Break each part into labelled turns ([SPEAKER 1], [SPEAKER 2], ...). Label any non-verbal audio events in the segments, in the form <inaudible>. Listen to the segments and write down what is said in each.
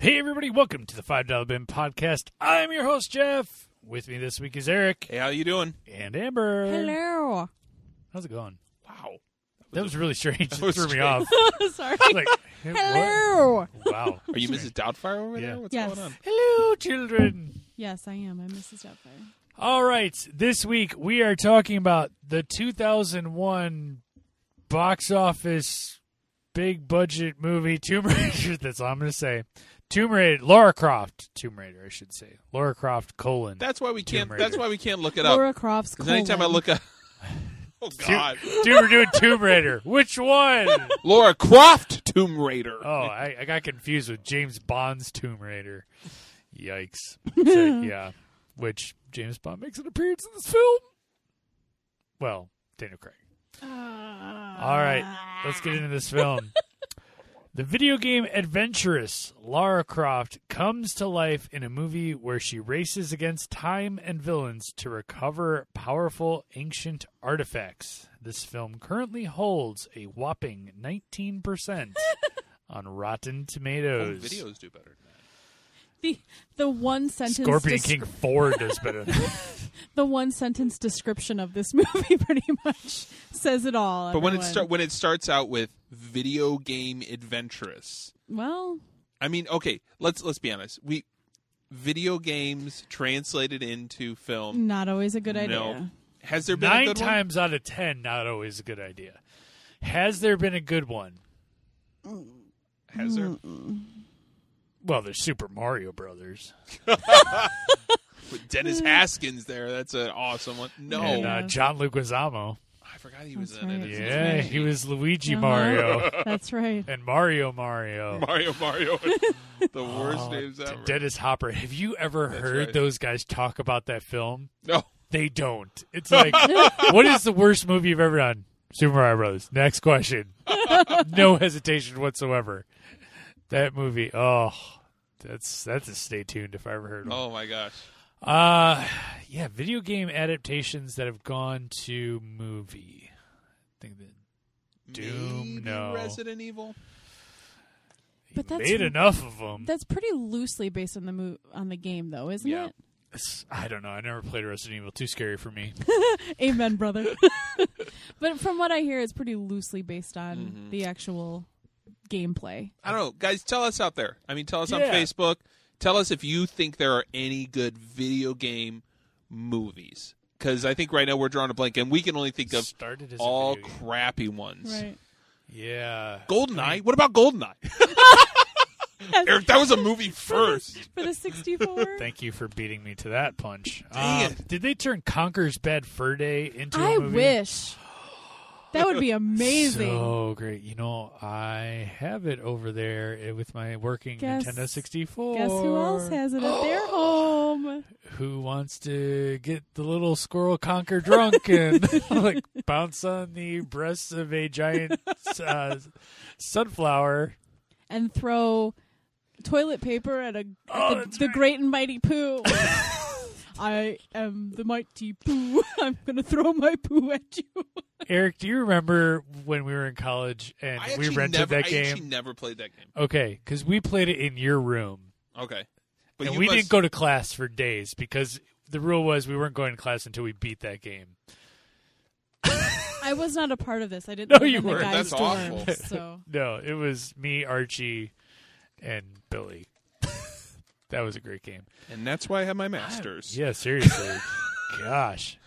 [SPEAKER 1] Hey, everybody, welcome to the $5 Bin Podcast. I'm your host, Jeff. With me this week is Eric
[SPEAKER 2] Hey, how you doing?
[SPEAKER 1] and Amber.
[SPEAKER 2] <laughs>
[SPEAKER 3] Hello.
[SPEAKER 1] How's it going?
[SPEAKER 2] Wow.
[SPEAKER 1] That was really strange. It
[SPEAKER 2] was
[SPEAKER 1] threw me
[SPEAKER 2] strange.
[SPEAKER 1] off.
[SPEAKER 3] Sorry.
[SPEAKER 1] Like, <laughs> hey, what?
[SPEAKER 3] Hello.
[SPEAKER 1] Wow.
[SPEAKER 2] Are you Mrs. Doubtfire over
[SPEAKER 1] Yeah.
[SPEAKER 2] there? What's
[SPEAKER 3] Yes.
[SPEAKER 2] going on?
[SPEAKER 1] Hello, children.
[SPEAKER 3] Yes, I am. I'm Mrs. Doubtfire.
[SPEAKER 1] All right, this week we are talking about the 2001 box office big budget movie Tomb Raider. <laughs> That's all I'm going to say. Tomb Raider, Laura Croft, Tomb Raider, I should say. Laura Croft colon.
[SPEAKER 2] That's why we can't.
[SPEAKER 1] Tomb Raider.
[SPEAKER 2] That's why we can't look it up.
[SPEAKER 3] Laura Croft's
[SPEAKER 2] Because anytime I
[SPEAKER 1] <laughs>
[SPEAKER 3] colon.
[SPEAKER 2] look up, oh
[SPEAKER 1] Tomb-
[SPEAKER 2] God,
[SPEAKER 1] <laughs> Dude, we're doing Tomb Raider. Which one?
[SPEAKER 2] Laura Croft Tomb Raider.
[SPEAKER 1] Oh, I, I got confused with James Bond's Tomb Raider. Yikes. So, yeah. Which James Bond makes an appearance in this film. Well, Daniel Craig. Ah. All right, let's get into this film. the video game adventuress Lara Croft comes to life in a movie where she races against time and villains to recover powerful ancient artifacts. This film currently holds a whopping 19% on Rotten
[SPEAKER 2] Oh,
[SPEAKER 1] Tomatoes.
[SPEAKER 2] videos do better. Than
[SPEAKER 3] the the one sentence
[SPEAKER 1] Scorpion
[SPEAKER 3] des-
[SPEAKER 1] King 4 does better than that.
[SPEAKER 3] the one sentence description of this <laughs> movie pretty much says it all.
[SPEAKER 2] that. But when it
[SPEAKER 3] everyone.
[SPEAKER 2] start when it starts out with video game adventurous,
[SPEAKER 3] well,
[SPEAKER 2] I mean, okay, let's let's be honest. We video games translated into film.
[SPEAKER 3] not always a Mm, good
[SPEAKER 2] no.
[SPEAKER 3] idea.
[SPEAKER 2] Has there been a
[SPEAKER 1] Nine
[SPEAKER 2] good one?
[SPEAKER 1] times out of ten, not always a good idea. Has there been a good one?
[SPEAKER 2] Has there?
[SPEAKER 3] Mm.
[SPEAKER 1] Well, there's Super Mario Brothers
[SPEAKER 2] With
[SPEAKER 3] Mm.
[SPEAKER 2] Dennis Haskins there. That's an awesome one. No,
[SPEAKER 1] and uh,
[SPEAKER 3] Yeah.
[SPEAKER 1] John Leguizamo.
[SPEAKER 2] I forgot he was
[SPEAKER 3] That's
[SPEAKER 2] in
[SPEAKER 3] right.
[SPEAKER 2] it.
[SPEAKER 1] Yeah, he was Luigi
[SPEAKER 3] Uh-huh.
[SPEAKER 1] Mario
[SPEAKER 3] <laughs> That's right.
[SPEAKER 1] and Mario Mario.
[SPEAKER 2] <laughs> Mario, Mario. the worst names
[SPEAKER 1] Oh, D-
[SPEAKER 2] ever.
[SPEAKER 1] Dennis Hopper. Have you ever heard
[SPEAKER 2] right.
[SPEAKER 1] those guys talk about that film?
[SPEAKER 2] No.
[SPEAKER 1] They don't.
[SPEAKER 3] <laughs>
[SPEAKER 1] It's like, what is the worst movie you've ever done? Super Mario Brothers. Next
[SPEAKER 3] <laughs>
[SPEAKER 1] question. no hesitation whatsoever. That movie. Oh, that's that's a stay tuned if I ever heard one.
[SPEAKER 2] Oh my gosh.
[SPEAKER 1] Uh yeah, video game adaptations that have gone to movie. I think that Doom,
[SPEAKER 2] Maybe
[SPEAKER 1] no.
[SPEAKER 2] Resident Evil.
[SPEAKER 1] he
[SPEAKER 3] But that's-
[SPEAKER 1] made enough of them.
[SPEAKER 3] That's pretty loosely based on the mo- on the game, though, isn't
[SPEAKER 2] Yeah.
[SPEAKER 3] it?
[SPEAKER 1] It's- I don't know. I never played Resident Evil. Too scary for
[SPEAKER 2] <laughs>
[SPEAKER 1] me.
[SPEAKER 3] Amen, brother. but from what I hear, it's pretty loosely based on
[SPEAKER 2] Mm-hmm.
[SPEAKER 3] the actual gameplay.
[SPEAKER 2] I don't know, guys. Tell us out there. I mean, tell us on
[SPEAKER 1] Yeah.
[SPEAKER 2] Facebook. Tell us if you think there are any good video game movies. Because I think right now we're drawing a blank, and we can only think of
[SPEAKER 1] Started as
[SPEAKER 2] all
[SPEAKER 1] a video game.
[SPEAKER 2] crappy ones.
[SPEAKER 1] Yeah.
[SPEAKER 2] Goldeneye. What about Goldeneye? <laughs> Eric, that was a movie first.
[SPEAKER 3] For the 64?
[SPEAKER 1] <laughs> Thank you for beating me to that punch.
[SPEAKER 2] Dang
[SPEAKER 1] Um,
[SPEAKER 2] it.
[SPEAKER 1] did they turn Conker's Bad Fur Day into a
[SPEAKER 3] I
[SPEAKER 1] movie?
[SPEAKER 3] wish. That would
[SPEAKER 1] <gasps>
[SPEAKER 3] be amazing.
[SPEAKER 1] So great. You know, I have it over there eh, with my working
[SPEAKER 3] Guess-
[SPEAKER 1] Nintendo 64.
[SPEAKER 3] Guess who else has it at
[SPEAKER 1] <gasps>
[SPEAKER 3] their home?
[SPEAKER 1] who wants to get the little squirrel conker drunk and <laughs> like bounce on the breasts of a giant uh, sunflower?
[SPEAKER 3] And throw toilet paper at a
[SPEAKER 1] <gasps> Oh,
[SPEAKER 3] at
[SPEAKER 1] that's
[SPEAKER 3] the, the
[SPEAKER 1] right.
[SPEAKER 3] great and
[SPEAKER 1] <laughs>
[SPEAKER 3] mighty poo. I am the mighty poo. <laughs> I'm gonna throw my poo at you.
[SPEAKER 1] Eric, do you remember when we were in college and
[SPEAKER 2] I
[SPEAKER 1] we
[SPEAKER 2] actually
[SPEAKER 1] rented
[SPEAKER 2] never,
[SPEAKER 1] that
[SPEAKER 2] I
[SPEAKER 1] game?
[SPEAKER 2] actually never played that game.
[SPEAKER 1] Okay, because we played it in your room,
[SPEAKER 2] Okay, but
[SPEAKER 1] and
[SPEAKER 2] you
[SPEAKER 1] we
[SPEAKER 2] must-
[SPEAKER 1] didn't go to class for days because the rule was we weren't going to class until we beat that game.
[SPEAKER 3] I was not a part of this. I didn't.
[SPEAKER 1] No,
[SPEAKER 3] live
[SPEAKER 1] you
[SPEAKER 3] in the
[SPEAKER 1] weren't.
[SPEAKER 3] guy's
[SPEAKER 2] That's awful.
[SPEAKER 3] dorm, So
[SPEAKER 1] No, it was me, Archie, and Billy. <laughs> that was a great game.
[SPEAKER 2] and that's why I have my masters.
[SPEAKER 1] Yeah, seriously.
[SPEAKER 2] <laughs>
[SPEAKER 1] Gosh.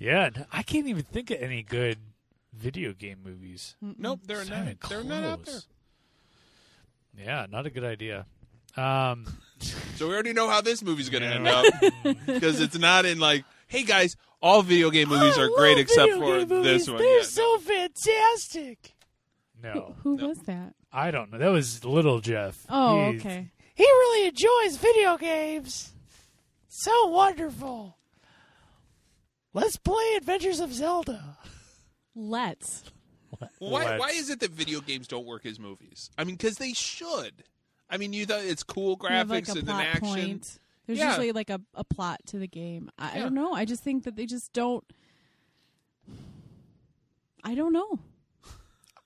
[SPEAKER 1] Yeah, n- I can't even think of any good video game movies.
[SPEAKER 2] Nope, they're
[SPEAKER 1] It's not even
[SPEAKER 2] not. They're not out there.
[SPEAKER 1] close. Yeah, not a good idea. Um,
[SPEAKER 2] So we already know how this movie's going to end up
[SPEAKER 3] <laughs>
[SPEAKER 2] because it's not in like, hey guys, all video game movies are great except for this one. Yeah, no.
[SPEAKER 1] fantastic. No,
[SPEAKER 3] who was that?
[SPEAKER 1] I don't know. That was little Jeff.
[SPEAKER 3] Oh,
[SPEAKER 1] He's-
[SPEAKER 3] okay.
[SPEAKER 1] He really enjoys video games. So wonderful. Let's play Adventures of Zelda.
[SPEAKER 3] Let's.
[SPEAKER 2] why, why
[SPEAKER 1] Let's-
[SPEAKER 2] is it that video games don't work as movies? I mean, because they should. I mean, you thought it's cool
[SPEAKER 3] You have,
[SPEAKER 2] graphics
[SPEAKER 3] like a
[SPEAKER 2] and
[SPEAKER 3] plot
[SPEAKER 2] an action.
[SPEAKER 3] point. There's
[SPEAKER 2] Yeah.
[SPEAKER 3] usually like a, a plot to the game. I, I
[SPEAKER 2] Yeah.
[SPEAKER 3] don't know. I just think that they just don't I don't know.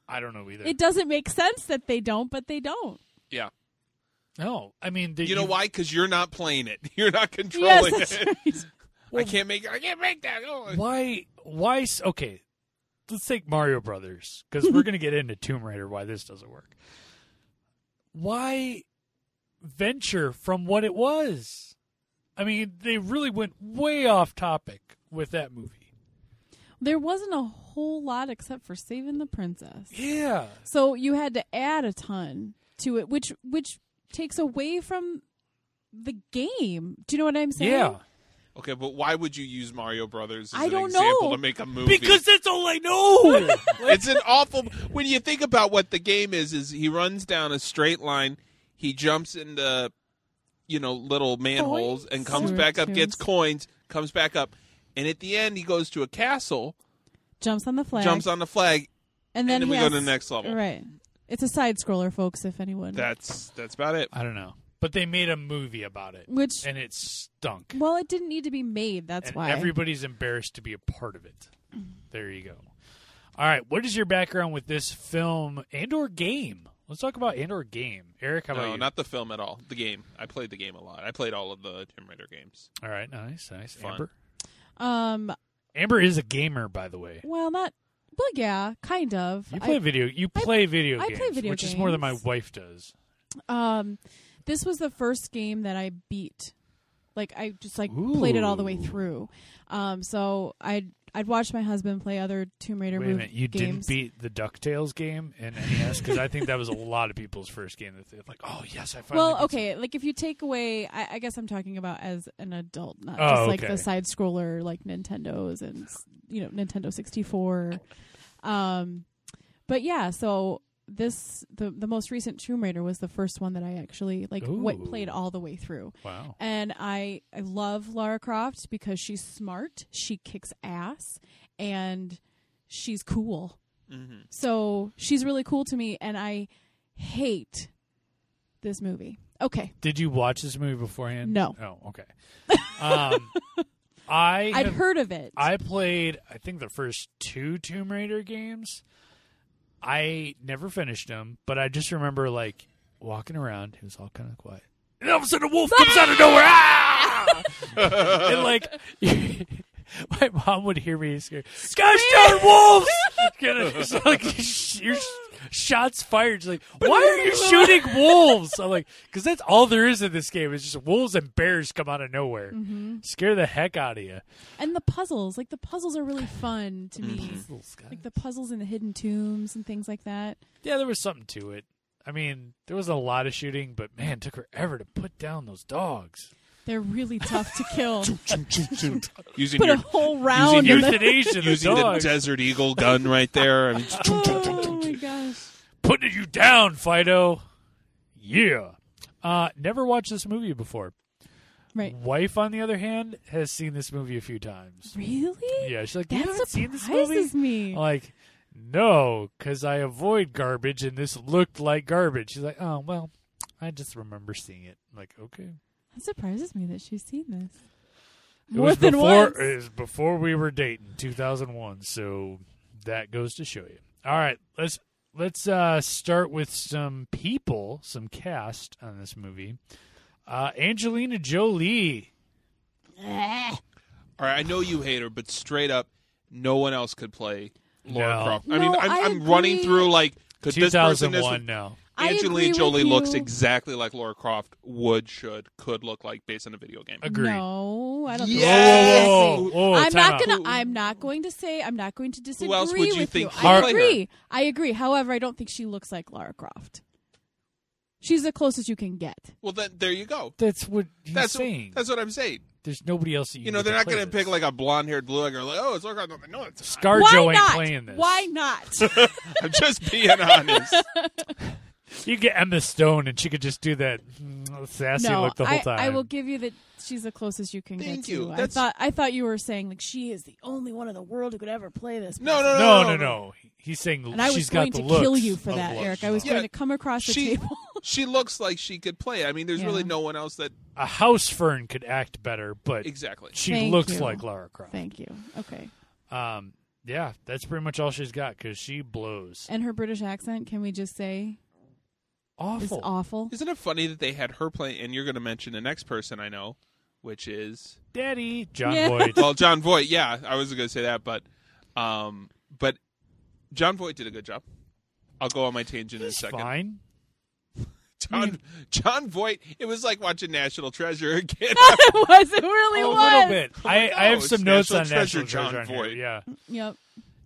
[SPEAKER 1] I don't know either.
[SPEAKER 3] It doesn't make sense that they don't, but they don't.
[SPEAKER 2] Yeah.
[SPEAKER 1] no, I mean, the,
[SPEAKER 2] You know why? Because you're not playing it. <laughs> You're not <laughs>
[SPEAKER 3] Yes,
[SPEAKER 2] controlling
[SPEAKER 3] that's
[SPEAKER 2] it.
[SPEAKER 3] right.
[SPEAKER 2] I can't make. I can't make that. Oh.
[SPEAKER 1] Why? Why? s- Okay, let's take Mario Brothers because we're gonna get into Tomb Raider. Why this doesn't work? Why venture from what it was? I mean, they really went way off topic with that movie.
[SPEAKER 3] There wasn't a whole lot except for saving the princess.
[SPEAKER 1] Yeah,
[SPEAKER 3] So you had to add a ton to it, which which takes away from the game. Do you know what I'm saying?
[SPEAKER 1] yeah.
[SPEAKER 2] Okay, but why would you use Mario Brothers as
[SPEAKER 3] I
[SPEAKER 2] an
[SPEAKER 3] don't
[SPEAKER 2] example
[SPEAKER 3] know.
[SPEAKER 2] to make a movie?
[SPEAKER 1] Because that's all I know.
[SPEAKER 3] <laughs>
[SPEAKER 2] it's an awful. When you think about what the game is, is he runs down a straight line, he jumps into, you know, little manholes and comes
[SPEAKER 3] Sewer
[SPEAKER 2] back up,
[SPEAKER 3] tubes.
[SPEAKER 2] gets coins, comes back up, and at the end he goes to a castle,
[SPEAKER 3] Jumps on the flag.
[SPEAKER 2] jumps on the flag.
[SPEAKER 3] and
[SPEAKER 2] and
[SPEAKER 3] then,
[SPEAKER 2] then we
[SPEAKER 3] he
[SPEAKER 2] go to
[SPEAKER 3] has-
[SPEAKER 2] the next level.
[SPEAKER 3] Right. It's a side scroller, folks. If anyone.
[SPEAKER 2] That's that's about it.
[SPEAKER 1] I don't know, but they made a movie about it,
[SPEAKER 3] Which-
[SPEAKER 1] and it stunk.
[SPEAKER 3] well, it didn't need to be made. That's
[SPEAKER 1] and
[SPEAKER 3] why.
[SPEAKER 1] everybody's embarrassed to be a part of it. There you go. All right, what is your background with this film and or game? Let's talk about and or game. Eric, how about
[SPEAKER 2] No,
[SPEAKER 1] you?
[SPEAKER 2] not the film at all. The game. I played the game a lot. I played all of the Tomb Raider games.
[SPEAKER 1] All right, nice, nice.
[SPEAKER 2] Fun.
[SPEAKER 1] Amber.
[SPEAKER 3] um.
[SPEAKER 1] Amber is a gamer, by the way.
[SPEAKER 3] Well, not. Well, yeah, kind of.
[SPEAKER 1] You play video. You play video
[SPEAKER 3] I
[SPEAKER 1] games,
[SPEAKER 3] play video
[SPEAKER 1] which is more than my
[SPEAKER 3] games.
[SPEAKER 1] wife does.
[SPEAKER 3] I, um, this was the first game that I beat. Like I just like played it all the way
[SPEAKER 1] Ooh.
[SPEAKER 3] through. Um. So I'd I'd watch my husband play other Tomb Raider
[SPEAKER 1] Wait a
[SPEAKER 3] mov-
[SPEAKER 1] minute, you didn't
[SPEAKER 3] games.
[SPEAKER 1] beat the Ducktales game in NES because I think that was a lot of people's first game that they're like, oh yes, I finally.
[SPEAKER 3] well,
[SPEAKER 1] beat
[SPEAKER 3] okay. Like if you take away, I, I guess I'm talking about as an adult, not
[SPEAKER 1] Oh,
[SPEAKER 3] just like
[SPEAKER 1] okay.
[SPEAKER 3] the side scroller like Nintendo's and you know Nintendo 64. Um, but yeah, so this the the most recent Tomb Raider was the first one that I actually like
[SPEAKER 1] Ooh.
[SPEAKER 3] what played all the way through.
[SPEAKER 1] some- Wow.
[SPEAKER 3] And I I love Lara Croft because she's smart, she kicks ass, and she's cool.
[SPEAKER 2] Mm-hmm.
[SPEAKER 3] So she's really cool to me, and I hate this movie. Okay,
[SPEAKER 1] Did you watch this movie beforehand?
[SPEAKER 3] No.
[SPEAKER 1] Oh, okay.
[SPEAKER 3] <laughs>
[SPEAKER 1] Um, I
[SPEAKER 3] I'd
[SPEAKER 1] have-
[SPEAKER 3] heard of it.
[SPEAKER 1] I played I think the first two Tomb Raider games. I never finished them, but I just remember like walking around. It was all kind of quiet. And all of a sudden, a wolf comes out of nowhere. Ah! <laughs> and like, <laughs> my mom would hear me scare, "Gosh darn wolves!" Kind of- it's like, <laughs> sh- your sh- shots fired. She's like, "Why are you shooting wolves?" I'm like, "Cause that's all there is in this game. It's just wolves and bears come out of nowhere, scare the heck out of you."
[SPEAKER 3] and the puzzles, like the puzzles, are really fun to me.
[SPEAKER 1] Mm-hmm.
[SPEAKER 3] Like the puzzles in the hidden tombs and things like that.
[SPEAKER 1] Yeah, there was something to it. I mean, there was a lot of shooting, but man, it took forever to put down those dogs.
[SPEAKER 3] They're really tough
[SPEAKER 1] <laughs>
[SPEAKER 3] to kill.
[SPEAKER 2] Using
[SPEAKER 3] Put a
[SPEAKER 2] your
[SPEAKER 3] whole round. of them.
[SPEAKER 1] Euthanasia, the
[SPEAKER 2] using the
[SPEAKER 1] dogs.
[SPEAKER 2] Desert Eagle gun right there. I mean,
[SPEAKER 3] Oh my gosh!
[SPEAKER 1] Putting you down, Fido. Yeah. Uh, never watched this movie before.
[SPEAKER 3] Right?
[SPEAKER 1] Wife, on the other hand, has seen this movie a few times.
[SPEAKER 3] Really?
[SPEAKER 1] Yeah, she's like, you
[SPEAKER 3] That
[SPEAKER 1] haven't seen this movie? Uh,
[SPEAKER 3] surprises me.
[SPEAKER 1] I'm like, no, because I avoid garbage, and this looked like garbage. She's like, oh, well, I just remember seeing it. I'm like, okay.
[SPEAKER 3] That surprises me that she's seen this.
[SPEAKER 1] It
[SPEAKER 3] More
[SPEAKER 1] was
[SPEAKER 3] than
[SPEAKER 1] before,
[SPEAKER 3] once.
[SPEAKER 1] It was before we were dating, 2001. So that goes to show you. All right, let's let's uh, start with some people, some cast on this movie. Uh, Angelina Jolie.
[SPEAKER 2] all right, I know you hate her, but straight up, no one else could play Laura
[SPEAKER 1] No.
[SPEAKER 2] Croft. I mean,
[SPEAKER 3] No,
[SPEAKER 2] I'm,
[SPEAKER 3] I
[SPEAKER 2] I'm running
[SPEAKER 3] agree.
[SPEAKER 2] through like could this person this
[SPEAKER 1] 2001 now.
[SPEAKER 3] I agree
[SPEAKER 2] Angelina
[SPEAKER 3] with
[SPEAKER 2] Jolie
[SPEAKER 3] you.
[SPEAKER 2] looks exactly like Laura Croft would, should, could look like based on a video game.
[SPEAKER 1] Agreed.
[SPEAKER 3] No, I don't. think
[SPEAKER 2] Yes.
[SPEAKER 3] so.
[SPEAKER 1] Whoa, whoa, whoa, whoa,
[SPEAKER 3] I'm
[SPEAKER 1] Oh, time
[SPEAKER 3] not
[SPEAKER 1] out.
[SPEAKER 3] gonna. I'm not going to say. I'm not going to disagree
[SPEAKER 2] else would you
[SPEAKER 3] with
[SPEAKER 2] think
[SPEAKER 3] you.
[SPEAKER 2] should
[SPEAKER 3] I
[SPEAKER 1] play
[SPEAKER 2] her?
[SPEAKER 3] agree. I agree. However, I don't think she looks like Lara Croft. She's the closest you can get.
[SPEAKER 2] Well, then there you go.
[SPEAKER 1] That's what he's
[SPEAKER 2] That's
[SPEAKER 1] saying.
[SPEAKER 2] that's what I'm saying.
[SPEAKER 1] There's nobody else. That you,
[SPEAKER 2] You know,
[SPEAKER 1] get
[SPEAKER 2] they're
[SPEAKER 1] to
[SPEAKER 2] not
[SPEAKER 1] play
[SPEAKER 2] going to pick
[SPEAKER 1] this.
[SPEAKER 2] like a blonde haired blue girl. Like, oh, it's Laura Croft. No, it's <laughs> not.
[SPEAKER 3] Why
[SPEAKER 1] ScarJo ain't
[SPEAKER 3] not?
[SPEAKER 1] playing this.
[SPEAKER 3] Why
[SPEAKER 1] <laughs>
[SPEAKER 3] not?
[SPEAKER 2] I'm just
[SPEAKER 3] <laughs>
[SPEAKER 2] being honest.
[SPEAKER 1] You get Emma Stone, and she could just do that mm, sassy
[SPEAKER 3] no,
[SPEAKER 1] look the whole
[SPEAKER 3] I,
[SPEAKER 1] time.
[SPEAKER 3] I will give you that. She's the closest you can
[SPEAKER 2] Thank
[SPEAKER 3] get.
[SPEAKER 2] you.
[SPEAKER 3] To. I
[SPEAKER 2] That's-
[SPEAKER 3] thought. I thought you were saying like she is the only one in the world who could ever play this.
[SPEAKER 2] No,
[SPEAKER 3] person.
[SPEAKER 2] no,
[SPEAKER 1] No, no, no. He's saying
[SPEAKER 3] Um, And I was
[SPEAKER 1] she's
[SPEAKER 3] going
[SPEAKER 1] got the
[SPEAKER 3] to kill
[SPEAKER 1] looks
[SPEAKER 3] you for
[SPEAKER 1] of
[SPEAKER 3] that,
[SPEAKER 1] looks.
[SPEAKER 3] Eric. I was
[SPEAKER 2] Yeah.
[SPEAKER 3] going to come across the
[SPEAKER 2] She-
[SPEAKER 3] table. <laughs>
[SPEAKER 2] She looks like she could play. I mean, there's
[SPEAKER 3] Yeah.
[SPEAKER 2] really no one else that
[SPEAKER 1] a house fern could act better, but
[SPEAKER 2] exactly.
[SPEAKER 1] she
[SPEAKER 3] Thank
[SPEAKER 1] looks
[SPEAKER 3] you.
[SPEAKER 1] like Lara Croft.
[SPEAKER 3] Thank you. Okay.
[SPEAKER 1] Um, Yeah, that's pretty much all she's got because she blows.
[SPEAKER 3] And her British accent, can we just say, is
[SPEAKER 1] Awful.
[SPEAKER 3] awful?
[SPEAKER 2] Isn't it funny that they had her play? And you're going to mention the next person I know, which is
[SPEAKER 1] Daddy. John
[SPEAKER 2] <laughs>
[SPEAKER 3] Yeah.
[SPEAKER 1] Voight.
[SPEAKER 2] well, John Voight. Yeah, I was going to say that, but um, but John Voight did a good job. I'll go on my tangent in a
[SPEAKER 1] He's
[SPEAKER 2] second.
[SPEAKER 1] fine.
[SPEAKER 2] John John Voight. It was like watching National Treasure again.
[SPEAKER 3] <laughs> it was. It really
[SPEAKER 1] a
[SPEAKER 3] was.
[SPEAKER 1] little bit.
[SPEAKER 2] Oh my
[SPEAKER 1] I, I have
[SPEAKER 2] gosh,
[SPEAKER 1] some notes
[SPEAKER 2] National
[SPEAKER 1] on
[SPEAKER 2] Treasure,
[SPEAKER 1] National Treasure.
[SPEAKER 2] John
[SPEAKER 1] on here.
[SPEAKER 2] Voight.
[SPEAKER 1] Yeah,
[SPEAKER 3] Yep.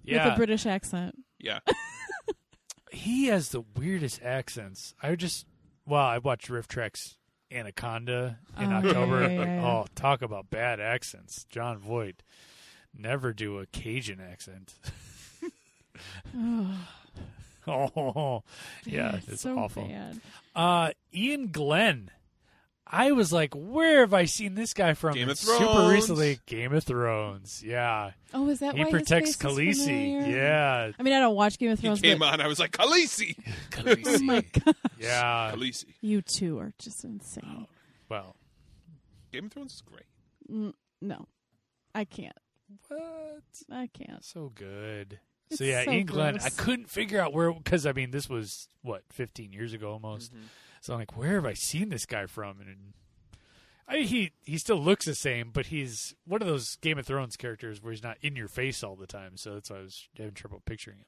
[SPEAKER 3] With a
[SPEAKER 1] yeah.
[SPEAKER 3] British accent.
[SPEAKER 1] <sighs>
[SPEAKER 2] yeah,
[SPEAKER 1] he has the weirdest accents. I would just well, I watched Riff Trek's Anaconda in
[SPEAKER 3] Oh,
[SPEAKER 1] October.
[SPEAKER 3] yeah, yeah, yeah, yeah.
[SPEAKER 1] Oh, talk about bad accents. John Voight. Never do a Cajun accent. <laughs>
[SPEAKER 3] Oh,
[SPEAKER 1] Oh, yeah,
[SPEAKER 3] it's,
[SPEAKER 1] it's,
[SPEAKER 3] so
[SPEAKER 1] awful.
[SPEAKER 3] bad.
[SPEAKER 1] Uh, Ian Glenn. I was like, where have I seen this guy from?
[SPEAKER 2] Game of
[SPEAKER 1] And Super
[SPEAKER 2] Thrones.
[SPEAKER 1] recently, Game of Thrones. Yeah,
[SPEAKER 3] Oh, is that
[SPEAKER 1] he
[SPEAKER 3] why
[SPEAKER 1] protects
[SPEAKER 3] his face
[SPEAKER 1] Khaleesi.
[SPEAKER 3] Is familiar?
[SPEAKER 1] Yeah,
[SPEAKER 3] I mean, I don't watch Game of
[SPEAKER 2] he
[SPEAKER 3] Thrones.
[SPEAKER 2] came
[SPEAKER 3] but
[SPEAKER 2] on. I was like Khaleesi,
[SPEAKER 1] <laughs>
[SPEAKER 3] <laughs> Oh my god,
[SPEAKER 1] yeah.
[SPEAKER 2] Khaleesi.
[SPEAKER 3] you two are just insane.
[SPEAKER 1] Well,
[SPEAKER 2] Game of Thrones is great.
[SPEAKER 1] Oh.
[SPEAKER 3] Mm, no, I can't.
[SPEAKER 1] what?
[SPEAKER 3] I can't.
[SPEAKER 1] So good.
[SPEAKER 3] It's
[SPEAKER 1] so yeah,
[SPEAKER 3] so
[SPEAKER 1] England. I
[SPEAKER 3] gross.
[SPEAKER 1] couldn't figure out where because I mean this was what 15 years ago almost.
[SPEAKER 3] Mm-hmm.
[SPEAKER 1] So I'm like, where have I seen this guy from? And, I, he he still looks the same, but he's one of those Game of Thrones characters where he's not in your face all the time. So that's why I was having trouble picturing him.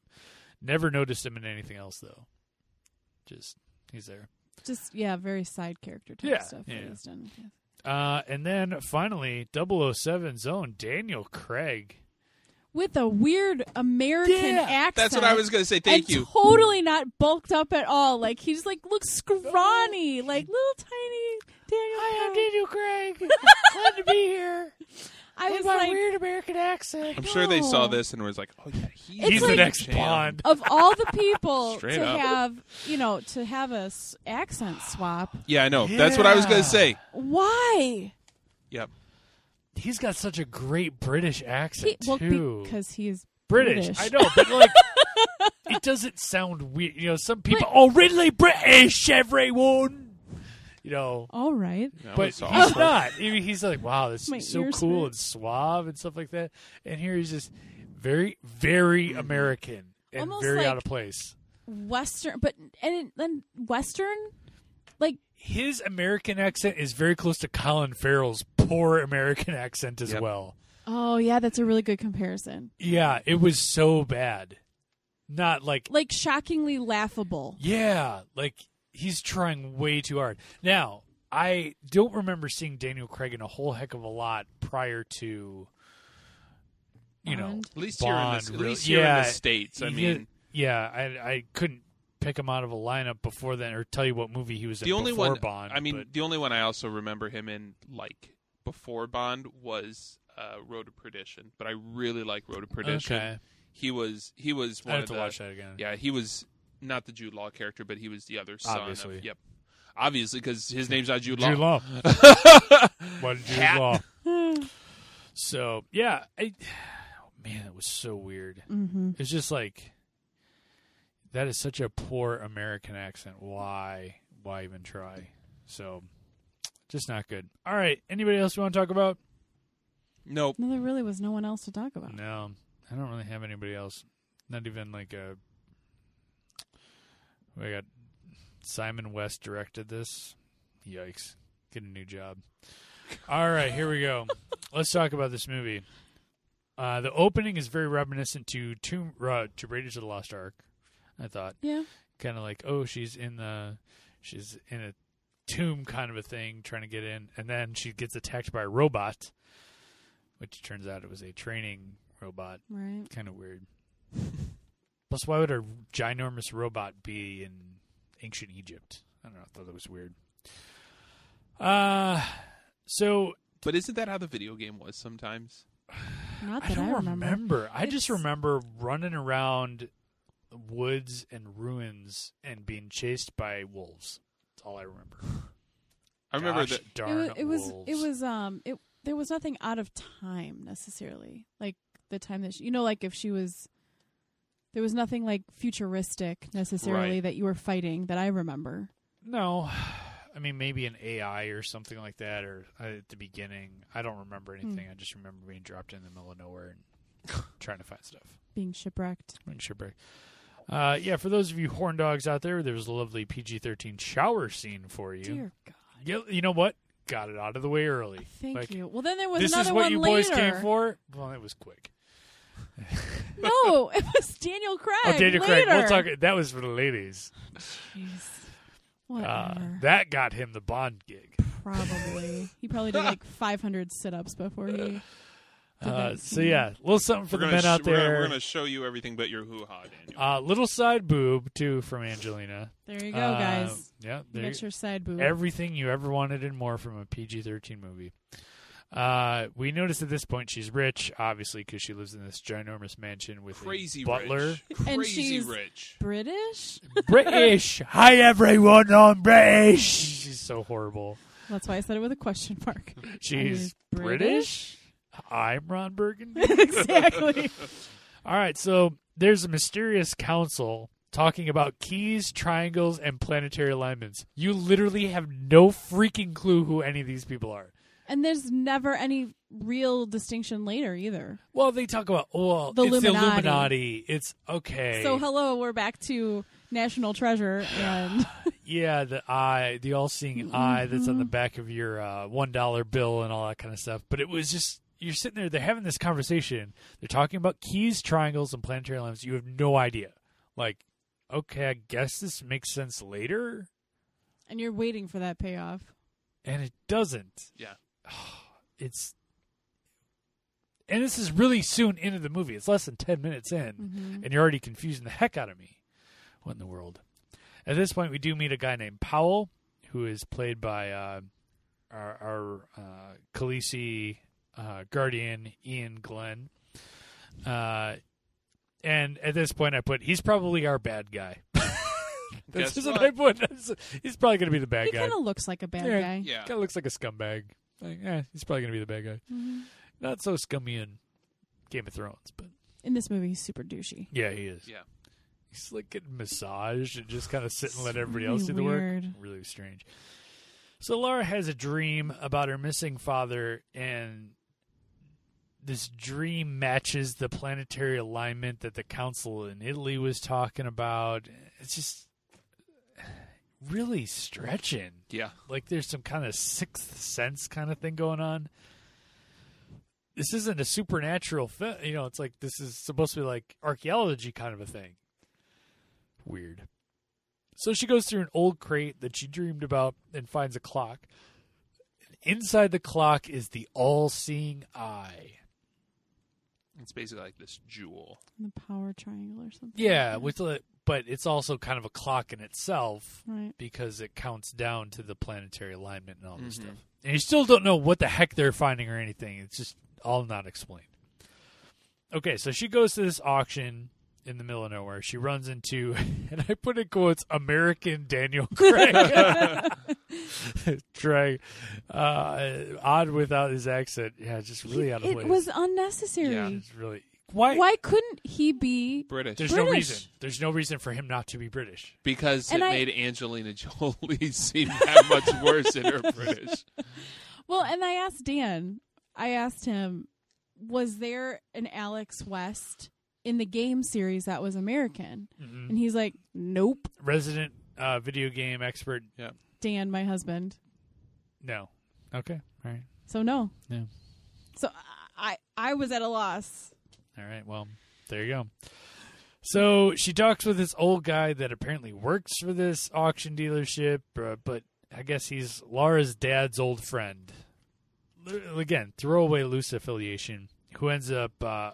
[SPEAKER 1] Never noticed him in anything else though. Just he's there.
[SPEAKER 3] Just yeah, very side character type
[SPEAKER 1] Yeah,
[SPEAKER 3] stuff.
[SPEAKER 1] yeah.
[SPEAKER 3] That he's done.
[SPEAKER 1] Uh, and then finally, 007's own Daniel Craig.
[SPEAKER 3] With a weird American
[SPEAKER 1] Yeah,
[SPEAKER 3] accent.
[SPEAKER 2] That's what I was going to say. Thank
[SPEAKER 3] and
[SPEAKER 2] you.
[SPEAKER 3] Totally not bulked up at all. Like he just like looks scrawny, like little tiny Daniel. Craig.
[SPEAKER 1] Daniel
[SPEAKER 3] <laughs>
[SPEAKER 1] Craig. Glad to be here.
[SPEAKER 3] I was like,
[SPEAKER 1] weird American accent.
[SPEAKER 2] I'm sure they saw
[SPEAKER 3] No.
[SPEAKER 2] this and was like, "Oh yeah, he's,
[SPEAKER 1] He's
[SPEAKER 3] It's
[SPEAKER 1] the
[SPEAKER 3] like-
[SPEAKER 1] next
[SPEAKER 2] Jam.
[SPEAKER 1] Bond.
[SPEAKER 3] of all <laughs> the people
[SPEAKER 2] Straight
[SPEAKER 3] to
[SPEAKER 2] up.
[SPEAKER 3] have, you know, to have a s- accent swap,
[SPEAKER 2] Yeah, I know. That's what I was going
[SPEAKER 1] Yeah.
[SPEAKER 2] to say.
[SPEAKER 3] why?
[SPEAKER 2] Yep.
[SPEAKER 1] He's got such a great British accent
[SPEAKER 3] He, well,
[SPEAKER 1] too.
[SPEAKER 3] because he is
[SPEAKER 1] British.
[SPEAKER 3] British.
[SPEAKER 1] I know, but
[SPEAKER 3] <laughs>
[SPEAKER 1] like, it doesn't sound weird. You know, some people.
[SPEAKER 3] But-
[SPEAKER 1] oh, really British, everyone. You know,
[SPEAKER 3] all right.
[SPEAKER 2] Oh, That
[SPEAKER 1] but
[SPEAKER 2] was
[SPEAKER 1] he's
[SPEAKER 2] awful.
[SPEAKER 1] not. I mean, he's like, wow, this
[SPEAKER 3] My
[SPEAKER 1] is so
[SPEAKER 3] ears
[SPEAKER 1] cool
[SPEAKER 3] hurt.
[SPEAKER 1] and suave and stuff like that. And here he's just very, very
[SPEAKER 2] Mm-hmm.
[SPEAKER 1] American and
[SPEAKER 3] Almost
[SPEAKER 1] very
[SPEAKER 3] like-
[SPEAKER 1] out of place.
[SPEAKER 3] Western, but and then Western, like
[SPEAKER 1] His American accent is very close to Colin Farrell's poor American <laughs> accent as
[SPEAKER 2] Yep.
[SPEAKER 1] well.
[SPEAKER 3] oh yeah, that's a really good comparison.
[SPEAKER 1] Yeah, it was so bad. Not like
[SPEAKER 3] Like shockingly laughable.
[SPEAKER 1] yeah, like he's trying way too hard. Now, I don't remember seeing Daniel Craig in a whole heck of a lot prior to you know,
[SPEAKER 3] Bond.
[SPEAKER 2] At least
[SPEAKER 1] Bond,
[SPEAKER 2] here in the,
[SPEAKER 1] really-
[SPEAKER 2] at least here
[SPEAKER 1] yeah,
[SPEAKER 2] in the states. I
[SPEAKER 1] he
[SPEAKER 2] mean,
[SPEAKER 1] did- yeah, I I couldn't pick him out of a lineup before then or tell you what movie he was
[SPEAKER 2] the
[SPEAKER 1] in
[SPEAKER 2] only
[SPEAKER 1] before
[SPEAKER 2] one.
[SPEAKER 1] Bond.
[SPEAKER 2] I mean,
[SPEAKER 1] but-
[SPEAKER 2] the only one I also remember him in like before Bond was uh, Road to Perdition. But I really like Road to Perdition.
[SPEAKER 1] okay.
[SPEAKER 2] He was he was
[SPEAKER 1] I
[SPEAKER 2] one
[SPEAKER 1] have
[SPEAKER 2] of
[SPEAKER 1] to
[SPEAKER 2] the
[SPEAKER 1] watch that again.
[SPEAKER 2] yeah he was not the Jude Law character, but he was the other son.
[SPEAKER 1] Obviously.
[SPEAKER 2] Of, yep. Obviously, because his name's not Jude Law.
[SPEAKER 1] Jude Law. <laughs>
[SPEAKER 2] <laughs>
[SPEAKER 1] Why did Jude
[SPEAKER 2] Hat.
[SPEAKER 1] Law?
[SPEAKER 2] <laughs>
[SPEAKER 1] So yeah, I, <sighs> man, it was so weird.
[SPEAKER 3] Mm-hmm.
[SPEAKER 1] It's just like that is such a poor American accent. Why? Why even try? So just not good. All right. Anybody else we want to talk about?
[SPEAKER 2] Nope.
[SPEAKER 3] No, there really was no one else to talk about.
[SPEAKER 1] No, I don't really have anybody else. Not even like a. We got Simon West directed this. Yikes! Get a new job. All right, here we go. Let's talk about this movie. Uh, the opening is very reminiscent to Tomb uh, to Raiders of the Lost Ark. I thought
[SPEAKER 3] Yeah,
[SPEAKER 1] kind of like oh she's in the she's in a tomb kind of a thing trying to get in and then she gets attacked by a robot which turns out it was a training robot
[SPEAKER 3] right.
[SPEAKER 1] kind of
[SPEAKER 3] <laughs>
[SPEAKER 1] weird plus why would a ginormous robot be in ancient egypt i don't know i thought that was weird uh so
[SPEAKER 2] But isn't that how the video game was sometimes?
[SPEAKER 3] Not
[SPEAKER 1] I
[SPEAKER 3] that I,
[SPEAKER 1] don't
[SPEAKER 3] remember.
[SPEAKER 1] remember. I just
[SPEAKER 3] It's-
[SPEAKER 1] remember running around woods and ruins and being chased by wolves. That's all I remember.
[SPEAKER 2] I remember
[SPEAKER 1] Gosh
[SPEAKER 2] that.
[SPEAKER 1] darn
[SPEAKER 3] It was, it was.
[SPEAKER 1] wolves.
[SPEAKER 3] It was. Um. It. There was nothing out of time necessarily. Like the time that she, you know, like if she was. There was nothing like futuristic necessarily
[SPEAKER 2] Right.
[SPEAKER 3] that you were fighting that I remember.
[SPEAKER 1] no. <sighs> I mean, maybe an AI or something
[SPEAKER 3] Hmm.
[SPEAKER 1] like that, or uh, at the beginning. I don't remember anything. I just remember being dropped in the middle of nowhere and <laughs> trying to find stuff.
[SPEAKER 3] being shipwrecked.
[SPEAKER 1] Make sure break. Uh, yeah, for those of you horn dogs out there, there was a lovely PG thirteen shower scene for you.
[SPEAKER 3] Dear God.
[SPEAKER 1] Yeah, you know what? Got it out of the way early.
[SPEAKER 3] Thank
[SPEAKER 1] Like,
[SPEAKER 3] you. Well, then there was
[SPEAKER 1] this
[SPEAKER 3] another
[SPEAKER 1] is what
[SPEAKER 3] one
[SPEAKER 1] you
[SPEAKER 3] later.
[SPEAKER 1] boys came for. Well, it was quick.
[SPEAKER 3] No, <laughs> it was Daniel Craig.
[SPEAKER 1] oh, Daniel Craig.
[SPEAKER 3] later.
[SPEAKER 1] We'll talk. That was for the ladies.
[SPEAKER 3] Jeez.
[SPEAKER 1] Uh,
[SPEAKER 3] Whatever.
[SPEAKER 1] that <laughs> got him the Bond gig.
[SPEAKER 3] probably. He probably did like 500 sit-ups before he.
[SPEAKER 1] Uh,
[SPEAKER 3] that
[SPEAKER 1] so
[SPEAKER 3] scene.
[SPEAKER 1] yeah, a little something for
[SPEAKER 2] We're
[SPEAKER 1] the
[SPEAKER 2] gonna,
[SPEAKER 1] men
[SPEAKER 2] sh-
[SPEAKER 1] out
[SPEAKER 2] we're, gonna,
[SPEAKER 1] there.
[SPEAKER 2] we're gonna show you everything but your hoo ha, Daniel.
[SPEAKER 1] Uh, little side boob too from Angelina.
[SPEAKER 3] There you go,
[SPEAKER 1] Uh,
[SPEAKER 3] guys.
[SPEAKER 1] Yeah,
[SPEAKER 3] You
[SPEAKER 1] there you-
[SPEAKER 3] Get your side boob.
[SPEAKER 1] everything you ever wanted and more from a PG thirteen movie. Uh, we notice at this point she's rich, obviously, because she lives in this ginormous mansion with
[SPEAKER 2] Crazy
[SPEAKER 1] a butler.
[SPEAKER 2] rich. Crazy
[SPEAKER 3] And she's-
[SPEAKER 2] rich.
[SPEAKER 3] British.
[SPEAKER 1] <laughs> British. Hi everyone, I'm
[SPEAKER 3] <laughs>
[SPEAKER 1] British. She's so horrible.
[SPEAKER 3] That's why I said it with a question mark. <laughs>
[SPEAKER 1] She's
[SPEAKER 3] I'm
[SPEAKER 1] British. I'm Ron Burgundy.
[SPEAKER 3] exactly.
[SPEAKER 1] All right, so there's a mysterious council talking about keys, triangles, and planetary alignments. You literally have no freaking clue who any of these people are.
[SPEAKER 3] And there's never any real distinction later either.
[SPEAKER 1] Well, they talk about oh, well,
[SPEAKER 3] The
[SPEAKER 1] it's the
[SPEAKER 3] Illuminati.
[SPEAKER 1] Illuminati. It's okay.
[SPEAKER 3] So hello, we're back to National Treasure and
[SPEAKER 1] yeah, the eye, the all-seeing
[SPEAKER 3] Mm-hmm.
[SPEAKER 1] eye that's on the back of your uh, one dollar bill and all that kind of stuff. But it was just you're sitting there. They're having this conversation. They're talking about keys, triangles, and planetary alignments. You have no idea. Like, okay, I guess this makes sense later.
[SPEAKER 3] and you're waiting for that payoff.
[SPEAKER 1] and it doesn't.
[SPEAKER 2] Yeah.
[SPEAKER 1] <sighs> It's and this is really soon into the movie. It's less than ten minutes in, and you're already confusing the heck out of me. What in the world? At this point, we do meet a guy named Powell, who is played by uh, our, our uh, Khaleesi uh, guardian, Ian Glenn. Uh, and at this point, I put he's probably our bad guy. <laughs> That's
[SPEAKER 2] Guess
[SPEAKER 1] just what
[SPEAKER 2] what?
[SPEAKER 1] I put. He's probably going to be the bad
[SPEAKER 3] He
[SPEAKER 1] guy.
[SPEAKER 3] kind of looks like a bad
[SPEAKER 1] Yeah.
[SPEAKER 3] guy.
[SPEAKER 2] Yeah.
[SPEAKER 1] Kind of looks like a scumbag. Like, eh, he's probably gonna be the bad guy.
[SPEAKER 3] Mhm.
[SPEAKER 1] Not so scummy in Game of Thrones, but
[SPEAKER 3] In this movie, he's super douchey.
[SPEAKER 1] yeah, he is.
[SPEAKER 2] Yeah.
[SPEAKER 1] He's like getting massaged and just kind of sit and let everybody
[SPEAKER 3] really
[SPEAKER 1] else do the work.
[SPEAKER 3] weird.
[SPEAKER 1] Really strange. So Laura has a dream about her missing father, and this dream matches the planetary alignment that the council in Italy was talking about. It's just really stretching
[SPEAKER 2] Yeah.
[SPEAKER 1] like there's some kind of sixth sense kind of thing going on. This isn't a supernatural film, you know. It's like this is supposed to be like archaeology kind of a thing. Weird. So she goes through an old crate that she dreamed about and finds a clock. Inside the clock is the all-seeing eye.
[SPEAKER 2] It's basically like this jewel.
[SPEAKER 3] The power triangle or something.
[SPEAKER 1] Yeah,
[SPEAKER 3] like
[SPEAKER 1] with the, but it's also kind of a clock in itself.
[SPEAKER 3] that. right.
[SPEAKER 1] because it counts down to the planetary alignment and all this
[SPEAKER 2] Mhm.
[SPEAKER 1] stuff. And you still don't know what the heck they're finding or anything. It's just all not explained. Okay, so she goes to this auction in the middle of nowhere. She runs into, <laughs> and I put in quotes, American Daniel <laughs>
[SPEAKER 3] <laughs>
[SPEAKER 1] Craig. Trey, uh, odd without his accent. Yeah, just really out of
[SPEAKER 3] it
[SPEAKER 1] place.
[SPEAKER 3] was unnecessary.
[SPEAKER 2] Yeah.
[SPEAKER 1] It's really why.
[SPEAKER 3] Why couldn't he be?
[SPEAKER 2] British.
[SPEAKER 1] There's no
[SPEAKER 3] British?
[SPEAKER 1] reason. There's no reason for him not to be British.
[SPEAKER 2] because
[SPEAKER 3] And
[SPEAKER 2] it
[SPEAKER 3] I-
[SPEAKER 2] made Angelina <laughs> Jolie seem that much worse in
[SPEAKER 3] <laughs>
[SPEAKER 2] her British.
[SPEAKER 3] Well, and I asked Dan. I asked him, was there an Alex West in the game series that was American?
[SPEAKER 1] Mm-hmm.
[SPEAKER 3] And he's like, nope.
[SPEAKER 1] Resident uh, video game expert.
[SPEAKER 3] Dan, my husband.
[SPEAKER 1] No. Okay. All right.
[SPEAKER 3] So no.
[SPEAKER 1] Yeah.
[SPEAKER 3] So I I was at a loss.
[SPEAKER 1] All right. Well, there you go. So she talks with this old guy that apparently works for this auction dealership, uh, but I guess he's Laura's dad's old friend. L- Again, throwaway loose affiliation, who ends up uh,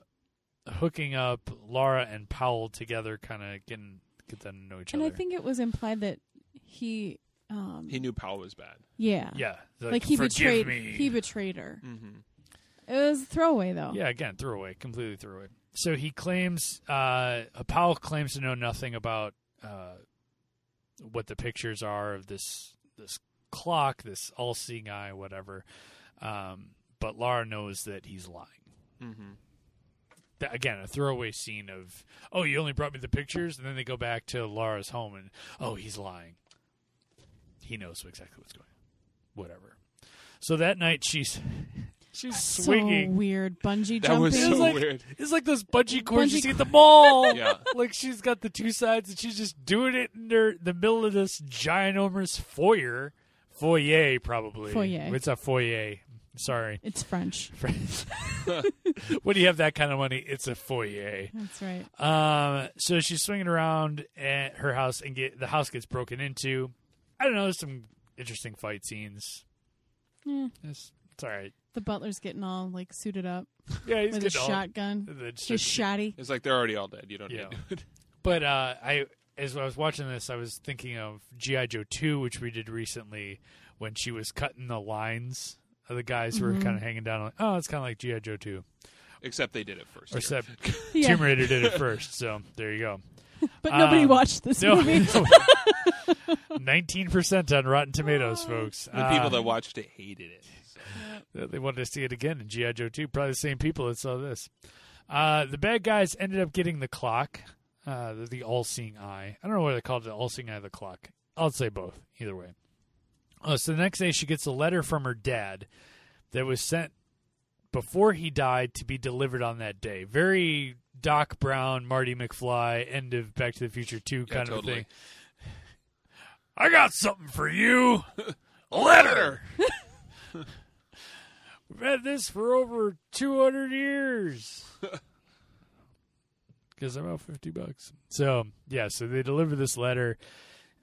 [SPEAKER 1] hooking up Laura and Powell together, kind of getting get them to know each
[SPEAKER 3] and
[SPEAKER 1] other.
[SPEAKER 3] I think it was implied that he um
[SPEAKER 2] He knew Powell was bad.
[SPEAKER 3] yeah.
[SPEAKER 1] yeah, like,
[SPEAKER 3] Like, he
[SPEAKER 1] "Forgive
[SPEAKER 3] betrayed
[SPEAKER 1] me."
[SPEAKER 3] he betrayed her.
[SPEAKER 2] Mm-hmm.
[SPEAKER 3] It was a throwaway though.
[SPEAKER 1] Yeah, again, throwaway, completely throwaway. So he claims, uh, Powell claims to know nothing about uh, what the pictures are of this this clock, this all-seeing eye, whatever. Um, but Lara knows that he's lying.
[SPEAKER 2] Mm-hmm.
[SPEAKER 1] That, again, a throwaway scene of, oh, you only brought me the pictures, and then they go back to Lara's home, and oh, he's lying. He knows exactly what's going on. Whatever. So that night, she's <laughs> She's
[SPEAKER 3] So
[SPEAKER 1] swinging.
[SPEAKER 3] weird bungee
[SPEAKER 2] That was
[SPEAKER 1] It was
[SPEAKER 3] jumping.
[SPEAKER 2] so
[SPEAKER 1] like-
[SPEAKER 2] weird.
[SPEAKER 1] It's like those bungee cords you
[SPEAKER 3] Bungee
[SPEAKER 1] see at the mall.
[SPEAKER 2] Yeah.
[SPEAKER 1] Like she's got the two sides and she's just doing it in her, the middle of this ginormous foyer. Foyer, probably.
[SPEAKER 3] Foyer.
[SPEAKER 1] It's a foyer. Sorry.
[SPEAKER 3] it's French.
[SPEAKER 1] <laughs> when you have that kind of money, it's a foyer.
[SPEAKER 3] That's right.
[SPEAKER 1] Um, so she's swinging around at her house, and get the house gets broken into. I don't know. There's some interesting fight scenes.
[SPEAKER 3] Yeah.
[SPEAKER 1] It's, it's all right.
[SPEAKER 3] The butler's getting all like suited up
[SPEAKER 1] Yeah, he's
[SPEAKER 3] with
[SPEAKER 1] good.
[SPEAKER 3] a shotgun. His shotty.
[SPEAKER 2] It's like they're already all dead. You don't
[SPEAKER 1] Yeah.
[SPEAKER 2] need <laughs> to do it.
[SPEAKER 1] But uh, I, as I was watching this, I was thinking of GI Joe Two, which we did recently, when she was cutting the lines of the guys who were kind of hanging down. Like, oh, it's kind of like GI Joe Two,
[SPEAKER 2] Except they did it first.
[SPEAKER 1] or
[SPEAKER 2] here.
[SPEAKER 1] except
[SPEAKER 3] Yeah.
[SPEAKER 1] Tomb Raider did it first. So there you go.
[SPEAKER 3] But nobody
[SPEAKER 1] Um,
[SPEAKER 3] watched this
[SPEAKER 2] <laughs>
[SPEAKER 3] movie.
[SPEAKER 1] <laughs> Nineteen percent on Rotten Tomatoes, folks. Um,
[SPEAKER 2] the people that watched it hated it. So.
[SPEAKER 1] that they wanted to see it again in GI Joe 2. Probably the same people that saw this. Uh, the bad guys ended up getting the clock, uh, the, the all-seeing eye. I don't know whether they called it the all-seeing eye or the clock. I'll say both, either way. Oh, so the next day she gets a letter from her dad that was sent before he died to be delivered on that day. Very Doc Brown, Marty McFly, end of Back to the Future 2 kind of
[SPEAKER 2] totally.
[SPEAKER 1] thing. I got something for you. <laughs> a letter. We've had this for over 200 years. <laughs> Because I'm out 50 bucks. So, yeah, so they deliver this letter.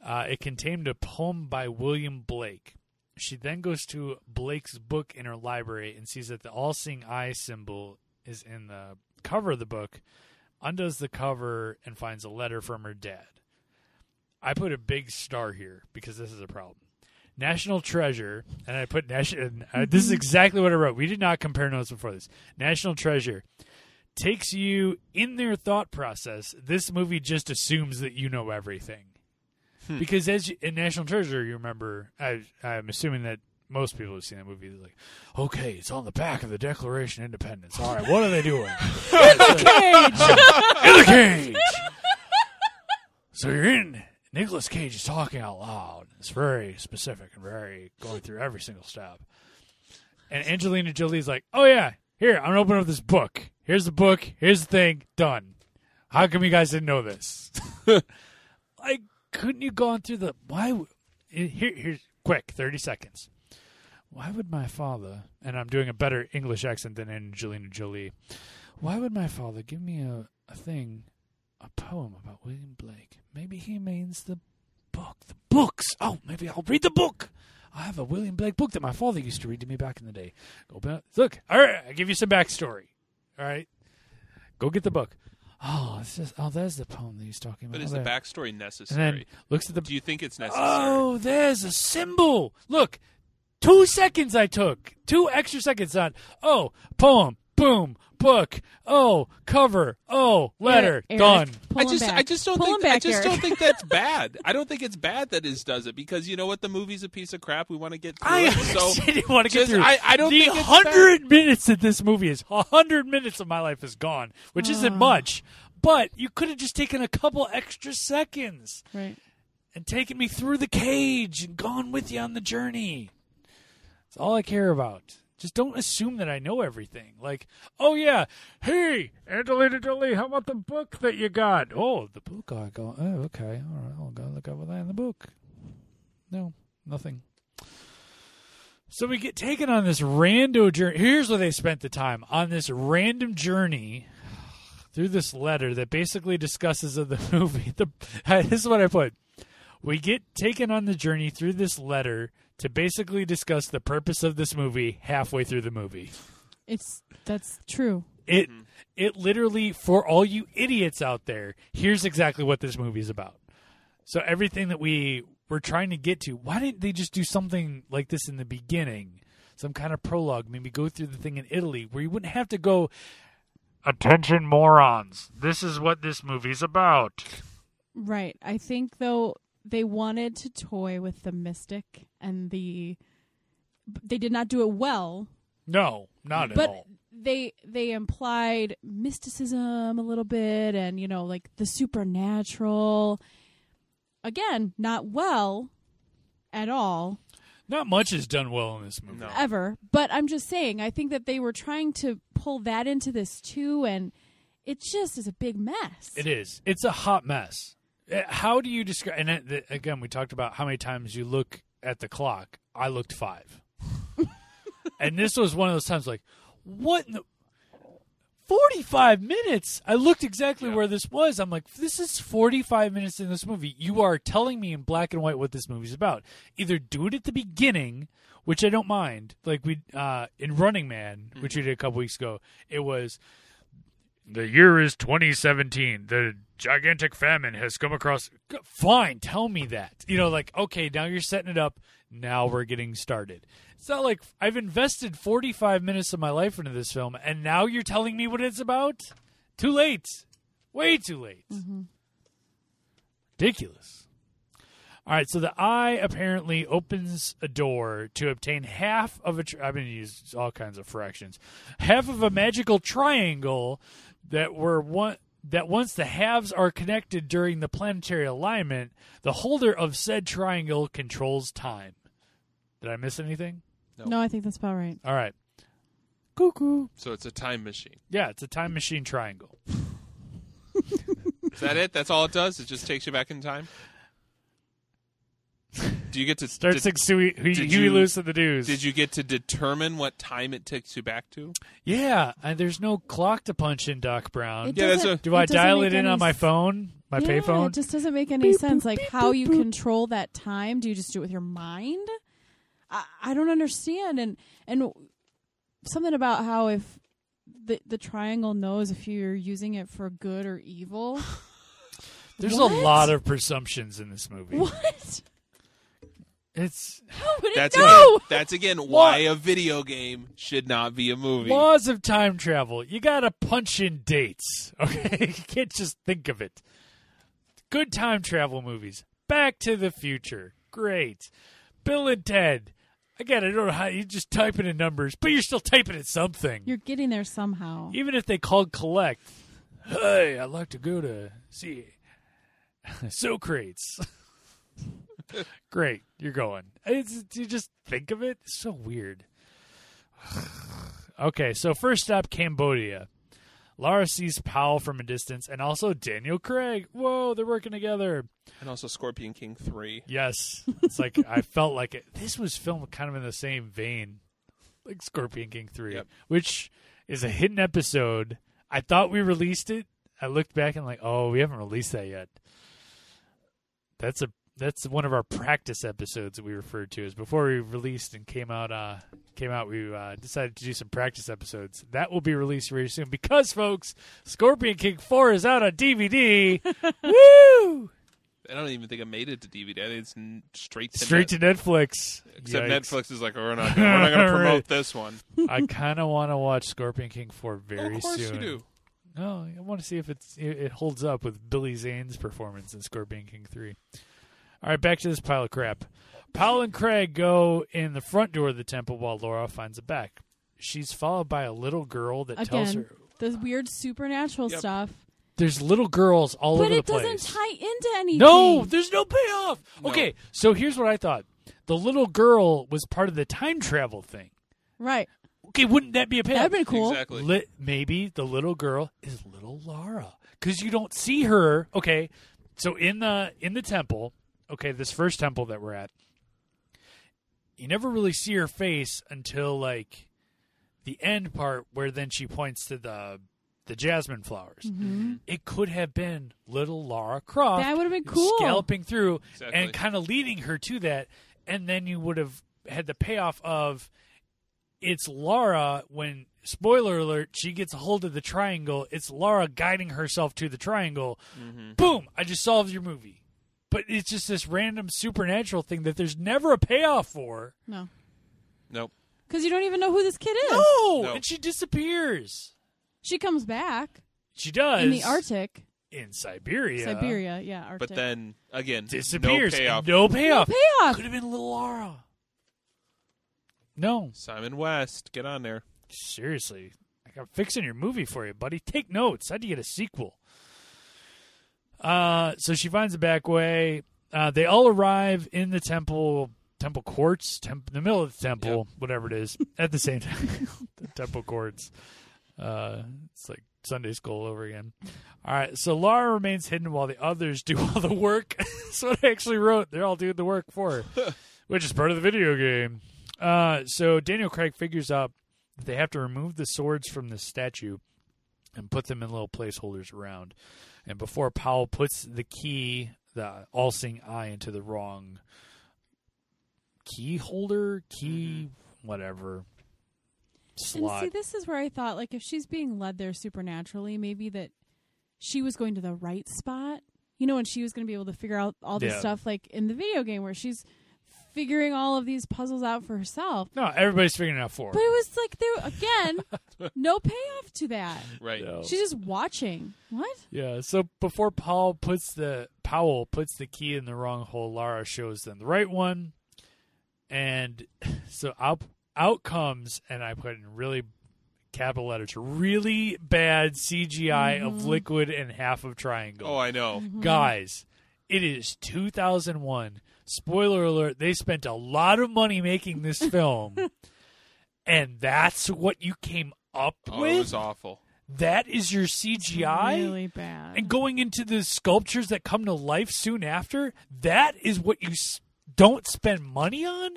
[SPEAKER 1] Uh, it contained a poem by William Blake. She then goes to Blake's book in her library and sees that the all seeing eye symbol is in the cover of the book, undoes the cover, and finds a letter from her dad. I put a big star here because this is a problem. National Treasure, and I put national. Uh, this is exactly what I wrote. We did not compare notes before this. National Treasure takes you in their thought process. This movie just assumes that you know everything, because as you, in National Treasure, you remember. I, I'm assuming that most people have seen that movie. They're like, okay, it's on the back of the Declaration of Independence. All right, what are they doing?
[SPEAKER 3] Cage.
[SPEAKER 1] <laughs> in the cage. so you're in. Nicholas Cage is talking out loud. It's very specific and very going through every single step. And Angelina Jolie's like, "Oh yeah, here I'm gonna open up this book. Here's the book. Here's the thing. Done. How come you guys didn't know this? <laughs> like, couldn't you gone through the why? w- Here, here's quick, thirty seconds. Why would my father? And I'm doing a better English accent than Angelina Jolie. Why would my father give me a, a thing, a poem about William Blake? Maybe he means the book, the books. Oh, maybe I'll read the book. I have a William Blake book that my father used to read to me back in the day. Go back. Look, all right, I give you some backstory. All right, go get the book. Oh, it's just, oh, there's the poem that he's talking about.
[SPEAKER 2] But is
[SPEAKER 1] Oh,
[SPEAKER 2] the
[SPEAKER 1] there.
[SPEAKER 2] backstory
[SPEAKER 1] And
[SPEAKER 2] necessary?
[SPEAKER 1] then looks at the
[SPEAKER 2] Do you think it's necessary?
[SPEAKER 1] Oh, there's a symbol. Look, two seconds I took. Two extra seconds on. Oh, poem. Boom. Book. Oh, cover. Oh, letter.
[SPEAKER 3] Eric,
[SPEAKER 1] Done.
[SPEAKER 3] pull
[SPEAKER 2] I
[SPEAKER 3] him
[SPEAKER 2] just,
[SPEAKER 3] back.
[SPEAKER 2] I just don't
[SPEAKER 3] Pull him
[SPEAKER 2] think, I
[SPEAKER 3] back,
[SPEAKER 2] just
[SPEAKER 3] Eric.
[SPEAKER 2] don't think
[SPEAKER 3] <laughs>
[SPEAKER 2] that's bad. I don't think it's bad that Iz does it because you know what? The movie's a piece of crap. We want to get through
[SPEAKER 1] I
[SPEAKER 2] it. So
[SPEAKER 1] actually didn't want to get
[SPEAKER 2] just-
[SPEAKER 1] through.
[SPEAKER 2] I- I don't
[SPEAKER 1] the
[SPEAKER 2] think it's
[SPEAKER 1] hundred minutes that this movie is. A hundred minutes of my life is gone, which isn't much. But you could have just taken a couple extra seconds
[SPEAKER 3] right.
[SPEAKER 1] and taken me through the cage and gone with you on the journey. That's all I care about. Just don't assume that I know everything. Like, oh yeah, hey, Angelina Jolie, how about the book that you got? Oh, the book I got. Oh, okay, all right, I'll go look over that in the book. No, nothing. So we get taken on this rando journey. Here's where they spent the time on this random journey through this letter that basically discusses of the <laughs> movie. The this is what I put. We get taken on the journey through this letter to basically discuss the purpose of this movie halfway through the movie.
[SPEAKER 3] It's that's true.
[SPEAKER 1] It it literally for all you idiots out there, here's exactly what this movie is about. So everything that we were trying to get to, why didn't they just do something like this in the beginning? Some kind of prologue, maybe go through the thing in Italy where you wouldn't have to go Attention morons. This is what this movie's about.
[SPEAKER 3] Right. I think though they wanted to toy with the mystic and the they did not do it well,
[SPEAKER 1] No, not at
[SPEAKER 3] but
[SPEAKER 1] all.
[SPEAKER 3] they they implied mysticism a little bit and you know like the supernatural. Again, not well at all.
[SPEAKER 1] Not much is done well in this movie.
[SPEAKER 2] No.
[SPEAKER 3] ever. But I'm just saying, I think that they were trying to pull that into this too, and it just is a big mess.
[SPEAKER 1] It is. It's a hot mess. Uh, How do you describe? And it, the- again, we talked about how many times you look at the clock. I looked five, and this was one of those times like, what? In the- Forty-five minutes. I looked exactly where this was. I'm like, this is forty-five minutes in this movie. You are telling me in black and white what this movie's about. Either do it at the beginning, which I don't mind, like we uh, in Running Man, which we did a couple weeks ago. It was the year is 2017. The gigantic famine has come across. G- Fine, tell me that. You know, like, okay, now you're setting it up. Now we're getting started. It's not like I've invested 45 minutes of my life into this film, and now you're telling me what it's about? Too late. Way too late. Ridiculous. All right, so the eye apparently opens a door to obtain half of a. Tr- I'm going to use all kinds of fractions, half of a magical triangle that were one that once the halves are connected during the planetary alignment, the holder of said triangle controls time. Did I miss anything?
[SPEAKER 3] No, I think that's about right.
[SPEAKER 1] All right, cuckoo.
[SPEAKER 2] So it's a time machine.
[SPEAKER 1] Yeah, it's a time machine triangle.
[SPEAKER 2] Is that it? That's all it does? It just takes you back in time? Do you get to
[SPEAKER 1] Starts
[SPEAKER 2] did,
[SPEAKER 1] like Huey, Huey,
[SPEAKER 2] did
[SPEAKER 1] Huey
[SPEAKER 2] you-
[SPEAKER 1] Lewis and the News.
[SPEAKER 2] did you get to determine what time it takes you back to?
[SPEAKER 1] yeah, and there's no clock to punch in, Doc Brown.
[SPEAKER 3] It
[SPEAKER 2] Yeah, that's
[SPEAKER 3] doesn't-
[SPEAKER 2] a-
[SPEAKER 1] Do I
[SPEAKER 3] doesn't
[SPEAKER 1] dial
[SPEAKER 3] make
[SPEAKER 1] it in
[SPEAKER 3] any
[SPEAKER 1] on my
[SPEAKER 3] s-
[SPEAKER 1] phone, my
[SPEAKER 3] yeah,
[SPEAKER 1] payphone?
[SPEAKER 3] It just doesn't make any sense. Like how you control that time. Do you just do it with your mind? I, I don't understand. And and something about how if the the triangle knows if you're using it for good or
[SPEAKER 1] <sighs>
[SPEAKER 3] evil. <laughs>
[SPEAKER 1] There's a
[SPEAKER 3] What?
[SPEAKER 1] lot of presumptions in this movie.
[SPEAKER 3] what?
[SPEAKER 1] It's
[SPEAKER 3] How would
[SPEAKER 2] That's
[SPEAKER 3] it know?
[SPEAKER 2] again, that's again why a video game should not be a movie.
[SPEAKER 1] laws of time travel. You gotta punch in dates. <laughs> Okay, you can't just think of it. Good time travel movies. Back to the Future. Great. Bill and Ted. Again, I don't know how you just typing in numbers, but you're still typing in something.
[SPEAKER 3] You're getting there somehow.
[SPEAKER 1] Even if they called collect, hey, I'd like to go to see <laughs> Socrates. <laughs> Great, you're going. It's, you just think of it. It's so weird. <sighs> okay, so first stop Cambodia. Lara sees Powell from a distance, and also Daniel Craig. Whoa, they're working together.
[SPEAKER 2] And also Scorpion King 3.
[SPEAKER 1] Yes, it's like I felt like it. This was filmed kind of in the same vein, like Scorpion King three,
[SPEAKER 2] Yep.
[SPEAKER 1] which is a hidden episode. I thought we released it. I looked back and like, oh, we haven't released that yet. That's a that's one of our practice episodes that we referred to as before we released and came out. Uh, came out. We uh, decided to do some practice episodes that will be released very soon because, folks, Scorpion King four is out on DVD. Woo!
[SPEAKER 2] I don't even think I made it to DVD. I think it's n- straight to
[SPEAKER 1] Straight
[SPEAKER 2] Net-
[SPEAKER 1] to Netflix.
[SPEAKER 2] Except
[SPEAKER 1] Yikes.
[SPEAKER 2] Netflix is like, oh, we're not, gonna- we're not going to
[SPEAKER 1] <laughs>
[SPEAKER 2] promote
[SPEAKER 1] Right.
[SPEAKER 2] this one.
[SPEAKER 1] <laughs> I kind of want to watch Scorpion King 4 very
[SPEAKER 2] of course
[SPEAKER 1] soon.
[SPEAKER 2] you do.
[SPEAKER 1] No, I want to see if it's it, it holds up with Billy Zane's performance in Scorpion King 3. All right, back to this pile of crap. Powell and Craig go in the front door of the temple while Laura finds a back. She's followed by a little girl that tells
[SPEAKER 3] Again,
[SPEAKER 1] her
[SPEAKER 3] the weird supernatural
[SPEAKER 2] Yep.
[SPEAKER 3] stuff.
[SPEAKER 1] there's little girls all
[SPEAKER 3] But
[SPEAKER 1] over the
[SPEAKER 3] it
[SPEAKER 1] place.
[SPEAKER 3] doesn't tie into anything.
[SPEAKER 1] No, there's no payoff.
[SPEAKER 2] No.
[SPEAKER 1] Okay, so here's what I thought. The little girl was part of the time travel thing.
[SPEAKER 3] right.
[SPEAKER 1] Okay, wouldn't that be a payoff?
[SPEAKER 3] That'd been cool.
[SPEAKER 2] Exactly.
[SPEAKER 1] Lit, maybe the little girl is little Lara because you don't see her. Okay, so in the in the temple, okay, this first temple that we're at, you never really see her face until like the end part, where then she points to the the jasmine flowers. It could have been little Lara Croft.
[SPEAKER 3] That would've been cool.
[SPEAKER 1] Scalping through
[SPEAKER 2] Exactly.
[SPEAKER 1] and kind of leading her to that, and then you would have had the payoff of it's Laura when spoiler alert she gets a hold of the triangle it's Laura guiding herself to the triangle
[SPEAKER 2] Mm-hmm.
[SPEAKER 1] boom I just solved your movie but it's just this random supernatural thing that there's never a payoff for
[SPEAKER 3] No.
[SPEAKER 2] Nope.
[SPEAKER 3] Because you don't even know who this kid is.
[SPEAKER 1] no,
[SPEAKER 2] No.
[SPEAKER 1] Oh! and she disappears
[SPEAKER 3] She comes back
[SPEAKER 1] she does
[SPEAKER 3] in the Arctic.
[SPEAKER 1] in Siberia
[SPEAKER 3] Siberia, yeah, Arctic.
[SPEAKER 2] But then, again,
[SPEAKER 1] disappears and
[SPEAKER 2] no payoff.
[SPEAKER 1] no payoff
[SPEAKER 3] payoff.
[SPEAKER 1] could have been little Laura no
[SPEAKER 2] Simon West, get on there.
[SPEAKER 1] Seriously, like I'm fixing your movie for you, buddy. Take notes. How'd you get a sequel? Uh, so she finds a back way. Uh, they all arrive in the temple temple courts, temp- the middle of the temple, whatever it is, at the same <laughs> time, the temple courts. Uh, it's like Sunday school all over again. All right, so Laura remains hidden while the others do all the work. <laughs> That's what I actually wrote. They're all doing the work for her, which is part of the video game. Uh, so Daniel Craig figures out that they have to remove the swords from the statue and put them in little placeholders around. And before Powell puts the key, the all seeing eye, into the wrong key holder, key, whatever slot.
[SPEAKER 3] And see, this is where I thought, like, if she's being led there supernaturally, maybe that she was going to the right spot, you know, and she was going to be able to figure out all this
[SPEAKER 1] Yeah.
[SPEAKER 3] stuff, like in the video game, where she's figuring all of these puzzles out for herself.
[SPEAKER 1] no, everybody's figuring it out for her.
[SPEAKER 3] But it was like there again, no payoff to that.
[SPEAKER 2] Right.
[SPEAKER 1] No.
[SPEAKER 3] She's just watching. What?
[SPEAKER 1] Yeah, so before Paul puts the Powell puts the key in the wrong hole, Lara shows them the right one. And <laughs> so out, out comes and I put in really capital letters really bad CGI of liquid and half of triangle.
[SPEAKER 2] Oh, I know.
[SPEAKER 1] Mm-hmm. Guys, it is 2001. Spoiler alert, they spent a lot of money making this film. and that's what you came up
[SPEAKER 2] Oh, it
[SPEAKER 1] with?
[SPEAKER 2] was awful.
[SPEAKER 1] that is your CGI?
[SPEAKER 3] Really bad.
[SPEAKER 1] and going into the sculptures that come to life soon after that is what you s- don't spend money on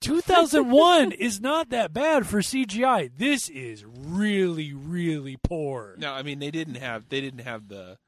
[SPEAKER 1] 2001 is not that bad for CGI. This is really, really poor.
[SPEAKER 2] No, I mean they didn't have they didn't have the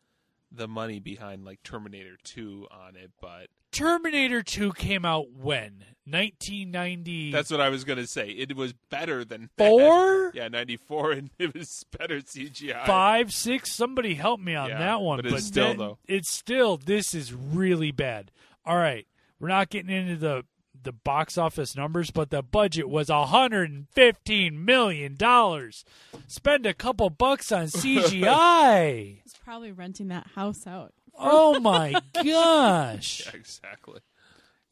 [SPEAKER 2] the money behind like Terminator 2 on it, but
[SPEAKER 1] Terminator 2 came out when? 1994?
[SPEAKER 2] that's what I was going to say. It was better than that. Yeah, 94 and <laughs> it was better CGI.
[SPEAKER 1] five, six. Somebody help me on
[SPEAKER 2] Yeah,
[SPEAKER 1] that one.
[SPEAKER 2] but it's still,
[SPEAKER 1] then-
[SPEAKER 2] though.
[SPEAKER 1] It's still. This is really bad. All right, we're not getting into the the box office numbers, but the budget was 115 million dollars. Spend a couple bucks
[SPEAKER 2] <laughs>
[SPEAKER 1] on CGI.
[SPEAKER 3] She's probably renting that house out.
[SPEAKER 1] oh my gosh,
[SPEAKER 2] <laughs> Yeah, exactly.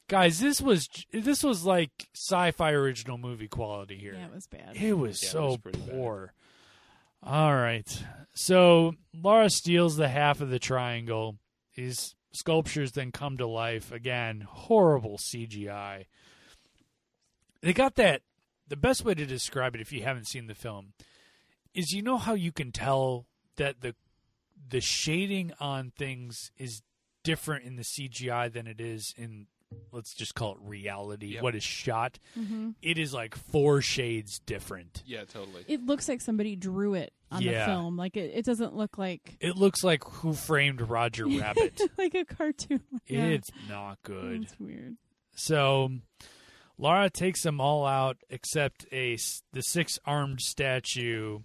[SPEAKER 1] guys, this was this was like sci-fi original movie quality here.
[SPEAKER 3] Yeah, it was bad.
[SPEAKER 1] It was
[SPEAKER 2] Yeah, it
[SPEAKER 1] so
[SPEAKER 2] was pretty bad.
[SPEAKER 1] poor. All right. So Laura steals the half of the triangle. These sculptures then come to life. Again, horrible CGI. They got that. The best way to describe it, if you haven't seen the film, is you know how you can tell that the the shading on things is different in the CGI than it is in let's just call it reality.
[SPEAKER 2] Yep.
[SPEAKER 1] What is shot,
[SPEAKER 3] Mhm.
[SPEAKER 1] it is like four shades different.
[SPEAKER 2] Yeah, totally.
[SPEAKER 3] It looks like somebody drew it on
[SPEAKER 1] Yeah.
[SPEAKER 3] the film. Like it, it doesn't look like <laughs>
[SPEAKER 1] It looks like Who Framed Roger Rabbit.
[SPEAKER 3] like a cartoon. <laughs> Yeah. Mm.
[SPEAKER 1] It's not good.
[SPEAKER 3] It's weird.
[SPEAKER 1] So Lara takes them all out except a s- the six armed statue.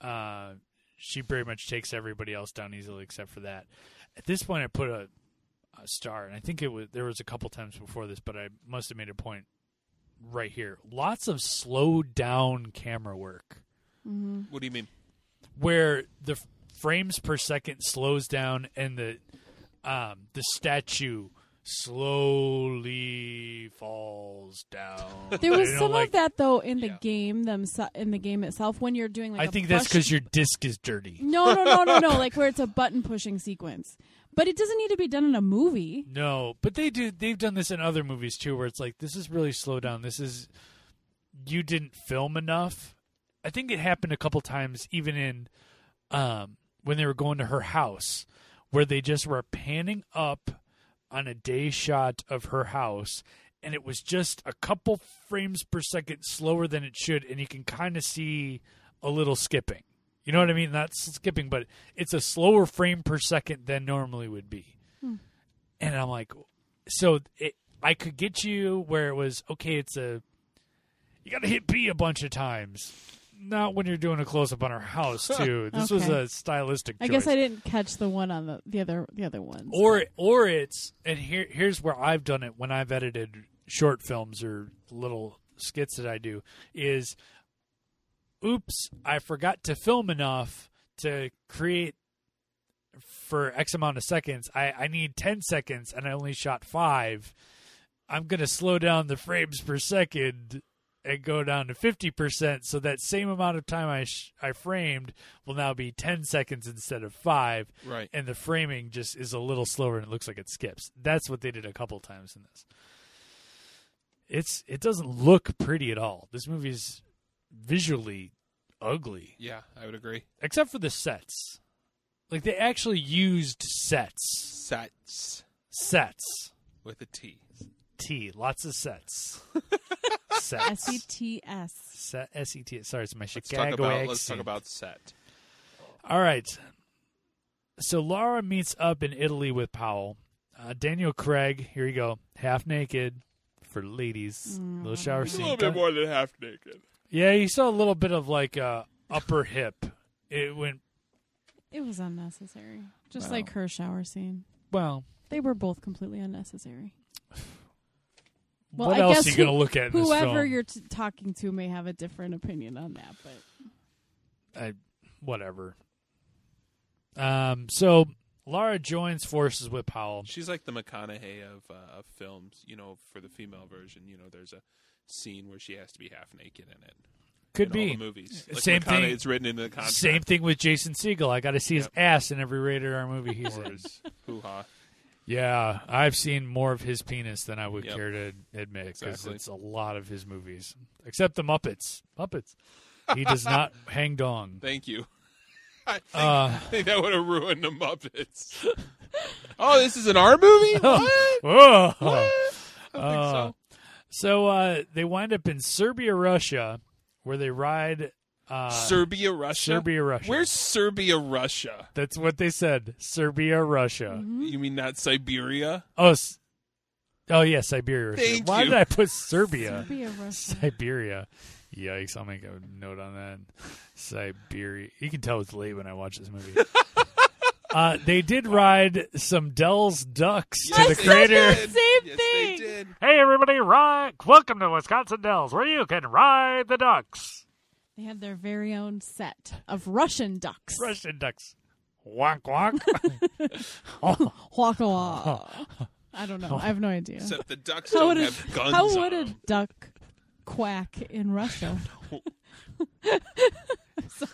[SPEAKER 1] Uh, she pretty much takes everybody else down easily except for that. At this point, I put a, a star, and I think it was there was a couple times before this, but I must have made a point right here. Lots of slow down camera work.
[SPEAKER 2] What do you mean?
[SPEAKER 1] where the f- frames per second slows down and the um, the statue slowly falls down.
[SPEAKER 3] There
[SPEAKER 1] <laughs>
[SPEAKER 3] was
[SPEAKER 1] You know,
[SPEAKER 3] some
[SPEAKER 1] like,
[SPEAKER 3] of that though in the
[SPEAKER 2] Yeah.
[SPEAKER 3] game themse- in the game itself when you're doing like
[SPEAKER 1] I
[SPEAKER 3] a
[SPEAKER 1] think that's
[SPEAKER 3] brush-
[SPEAKER 1] because your disc is dirty.
[SPEAKER 3] <laughs> No, no,
[SPEAKER 1] <laughs>
[SPEAKER 3] no, no, no. like where it's a button pushing sequence. But it doesn't need to be done in a movie.
[SPEAKER 1] No, but they do. They've done this in other movies too, where it's like this is really slow down. This is you didn't film enough. I think it happened a couple times, even in um, when they were going to her house, where they just were panning up on a day shot of her house, and it was just a couple frames per second slower than it should, and you can kind of see a little skipping. You know what I mean? Not s- skipping, but it's a slower frame per second than normally would be. And I'm like, so it, I could get you where it was okay. It's a you got to hit B a bunch of times. Not when you're doing a close up on her house too. This was
[SPEAKER 3] Okay.
[SPEAKER 1] a stylistic.
[SPEAKER 3] I guess
[SPEAKER 1] choice.
[SPEAKER 3] I didn't catch the one on the, the other the other ones.
[SPEAKER 1] Or or it's and here here's where I've done it when I've edited short films or little skits that I do is oops, I forgot to film enough to create for X amount of seconds. I, I need ten seconds and I only shot five. I'm gonna slow down the frames per second and go down to 50%. So that same amount of time I, sh- I framed will now be 10 seconds instead of five.
[SPEAKER 2] Right.
[SPEAKER 1] And the framing just is a little slower and it looks like it skips. That's what they did a couple times in this. It's It doesn't look pretty at all. This movie's visually ugly
[SPEAKER 2] Yeah, I would agree.
[SPEAKER 1] except for the sets. Like they actually used sets,
[SPEAKER 2] Sets
[SPEAKER 1] sets,
[SPEAKER 2] with a T.
[SPEAKER 1] T, lots of sets,
[SPEAKER 3] S E
[SPEAKER 1] sets,
[SPEAKER 3] T S.
[SPEAKER 1] set, S E T. Sorry, it's my
[SPEAKER 2] Let's
[SPEAKER 1] Chicago
[SPEAKER 2] talk about
[SPEAKER 1] accent.
[SPEAKER 2] let's talk about set.
[SPEAKER 1] All right. So Laura meets up in Italy with Powell. Uh, Daniel Craig, here you go, half naked for ladies,
[SPEAKER 3] Mm,
[SPEAKER 1] little shower
[SPEAKER 2] It's a
[SPEAKER 1] scene.
[SPEAKER 2] little bit more than half naked.
[SPEAKER 1] Yeah, you saw a little bit of like uh, upper hip. It went
[SPEAKER 3] It was unnecessary. Just
[SPEAKER 1] Wow.
[SPEAKER 3] like her shower scene.
[SPEAKER 1] well.
[SPEAKER 3] They were both completely unnecessary. Well,
[SPEAKER 1] what
[SPEAKER 3] I
[SPEAKER 1] else
[SPEAKER 3] guess
[SPEAKER 1] are you gonna
[SPEAKER 3] who-
[SPEAKER 1] look at? In this
[SPEAKER 3] Whoever
[SPEAKER 1] film?
[SPEAKER 3] you're t- talking to may have a different opinion on that, but
[SPEAKER 1] I whatever. Um, so Lara joins forces with Powell.
[SPEAKER 2] She's like the McConaughey of uh, of films. You know, for the female version, you know, there's a scene where she has to be half naked in it.
[SPEAKER 1] Could
[SPEAKER 2] in all
[SPEAKER 1] be
[SPEAKER 2] the movies.
[SPEAKER 1] Yeah.
[SPEAKER 2] Like
[SPEAKER 1] Same
[SPEAKER 2] McConaughey,
[SPEAKER 1] thing-
[SPEAKER 2] It's written in the contract.
[SPEAKER 1] same thing with Jason Siegel. I got to see his
[SPEAKER 2] Yep.
[SPEAKER 1] ass in every rated R movie he's
[SPEAKER 2] Or
[SPEAKER 1] in.
[SPEAKER 2] it's hoo-ha.
[SPEAKER 1] Yeah, I've seen more of his penis than I would
[SPEAKER 2] Yep.
[SPEAKER 1] care to admit because
[SPEAKER 2] Exactly.
[SPEAKER 1] it's a lot of his movies, except the Muppets. Muppets. He does
[SPEAKER 2] <laughs>
[SPEAKER 1] not hang dong.
[SPEAKER 2] Thank you. <laughs> I think,
[SPEAKER 1] Uh,
[SPEAKER 2] I think that would have ruined the Muppets. <laughs> oh, this is an R movie?
[SPEAKER 1] Oh.
[SPEAKER 2] What?
[SPEAKER 1] <laughs> Whoa.
[SPEAKER 2] I don't
[SPEAKER 1] Uh,
[SPEAKER 2] think so.
[SPEAKER 1] So uh, they wind up in Serbia, Russia, where they ride. Uh,
[SPEAKER 2] Serbia, Russia.
[SPEAKER 1] Serbia, Russia.
[SPEAKER 2] Where's Serbia, Russia?
[SPEAKER 1] That's what they said. Serbia, Russia.
[SPEAKER 3] Hmm?
[SPEAKER 2] You mean not Siberia?
[SPEAKER 1] Oh, s- oh yeah, Siberia. Russia.
[SPEAKER 2] Thank
[SPEAKER 1] Why
[SPEAKER 2] you.
[SPEAKER 1] did I put
[SPEAKER 2] <laughs>
[SPEAKER 1] Serbia?
[SPEAKER 3] be a rush.
[SPEAKER 1] Siberia. Yikes! I'll make a note on that. Siberia. You can tell it's late when I watch this
[SPEAKER 2] <laughs>
[SPEAKER 1] movie. uh, they did ride some Dell's ducks to
[SPEAKER 2] Yes,
[SPEAKER 1] the
[SPEAKER 2] they
[SPEAKER 1] crater.
[SPEAKER 2] did.
[SPEAKER 3] Same
[SPEAKER 2] yes,
[SPEAKER 3] thing.
[SPEAKER 2] They did.
[SPEAKER 1] Hey everybody! Ride. Welcome to Wisconsin Dells, where you can ride the ducks.
[SPEAKER 3] They had their very own set of Russian ducks. <laughs>
[SPEAKER 1] Russian ducks. Wonk wonk.
[SPEAKER 3] Waka wa. I don't know. I have no idea.
[SPEAKER 2] Except the ducks
[SPEAKER 3] how
[SPEAKER 2] don't
[SPEAKER 3] would a,
[SPEAKER 2] have
[SPEAKER 1] uh,
[SPEAKER 2] guns
[SPEAKER 3] how
[SPEAKER 2] on
[SPEAKER 3] would a
[SPEAKER 2] 'em.
[SPEAKER 3] duck quack in Russia?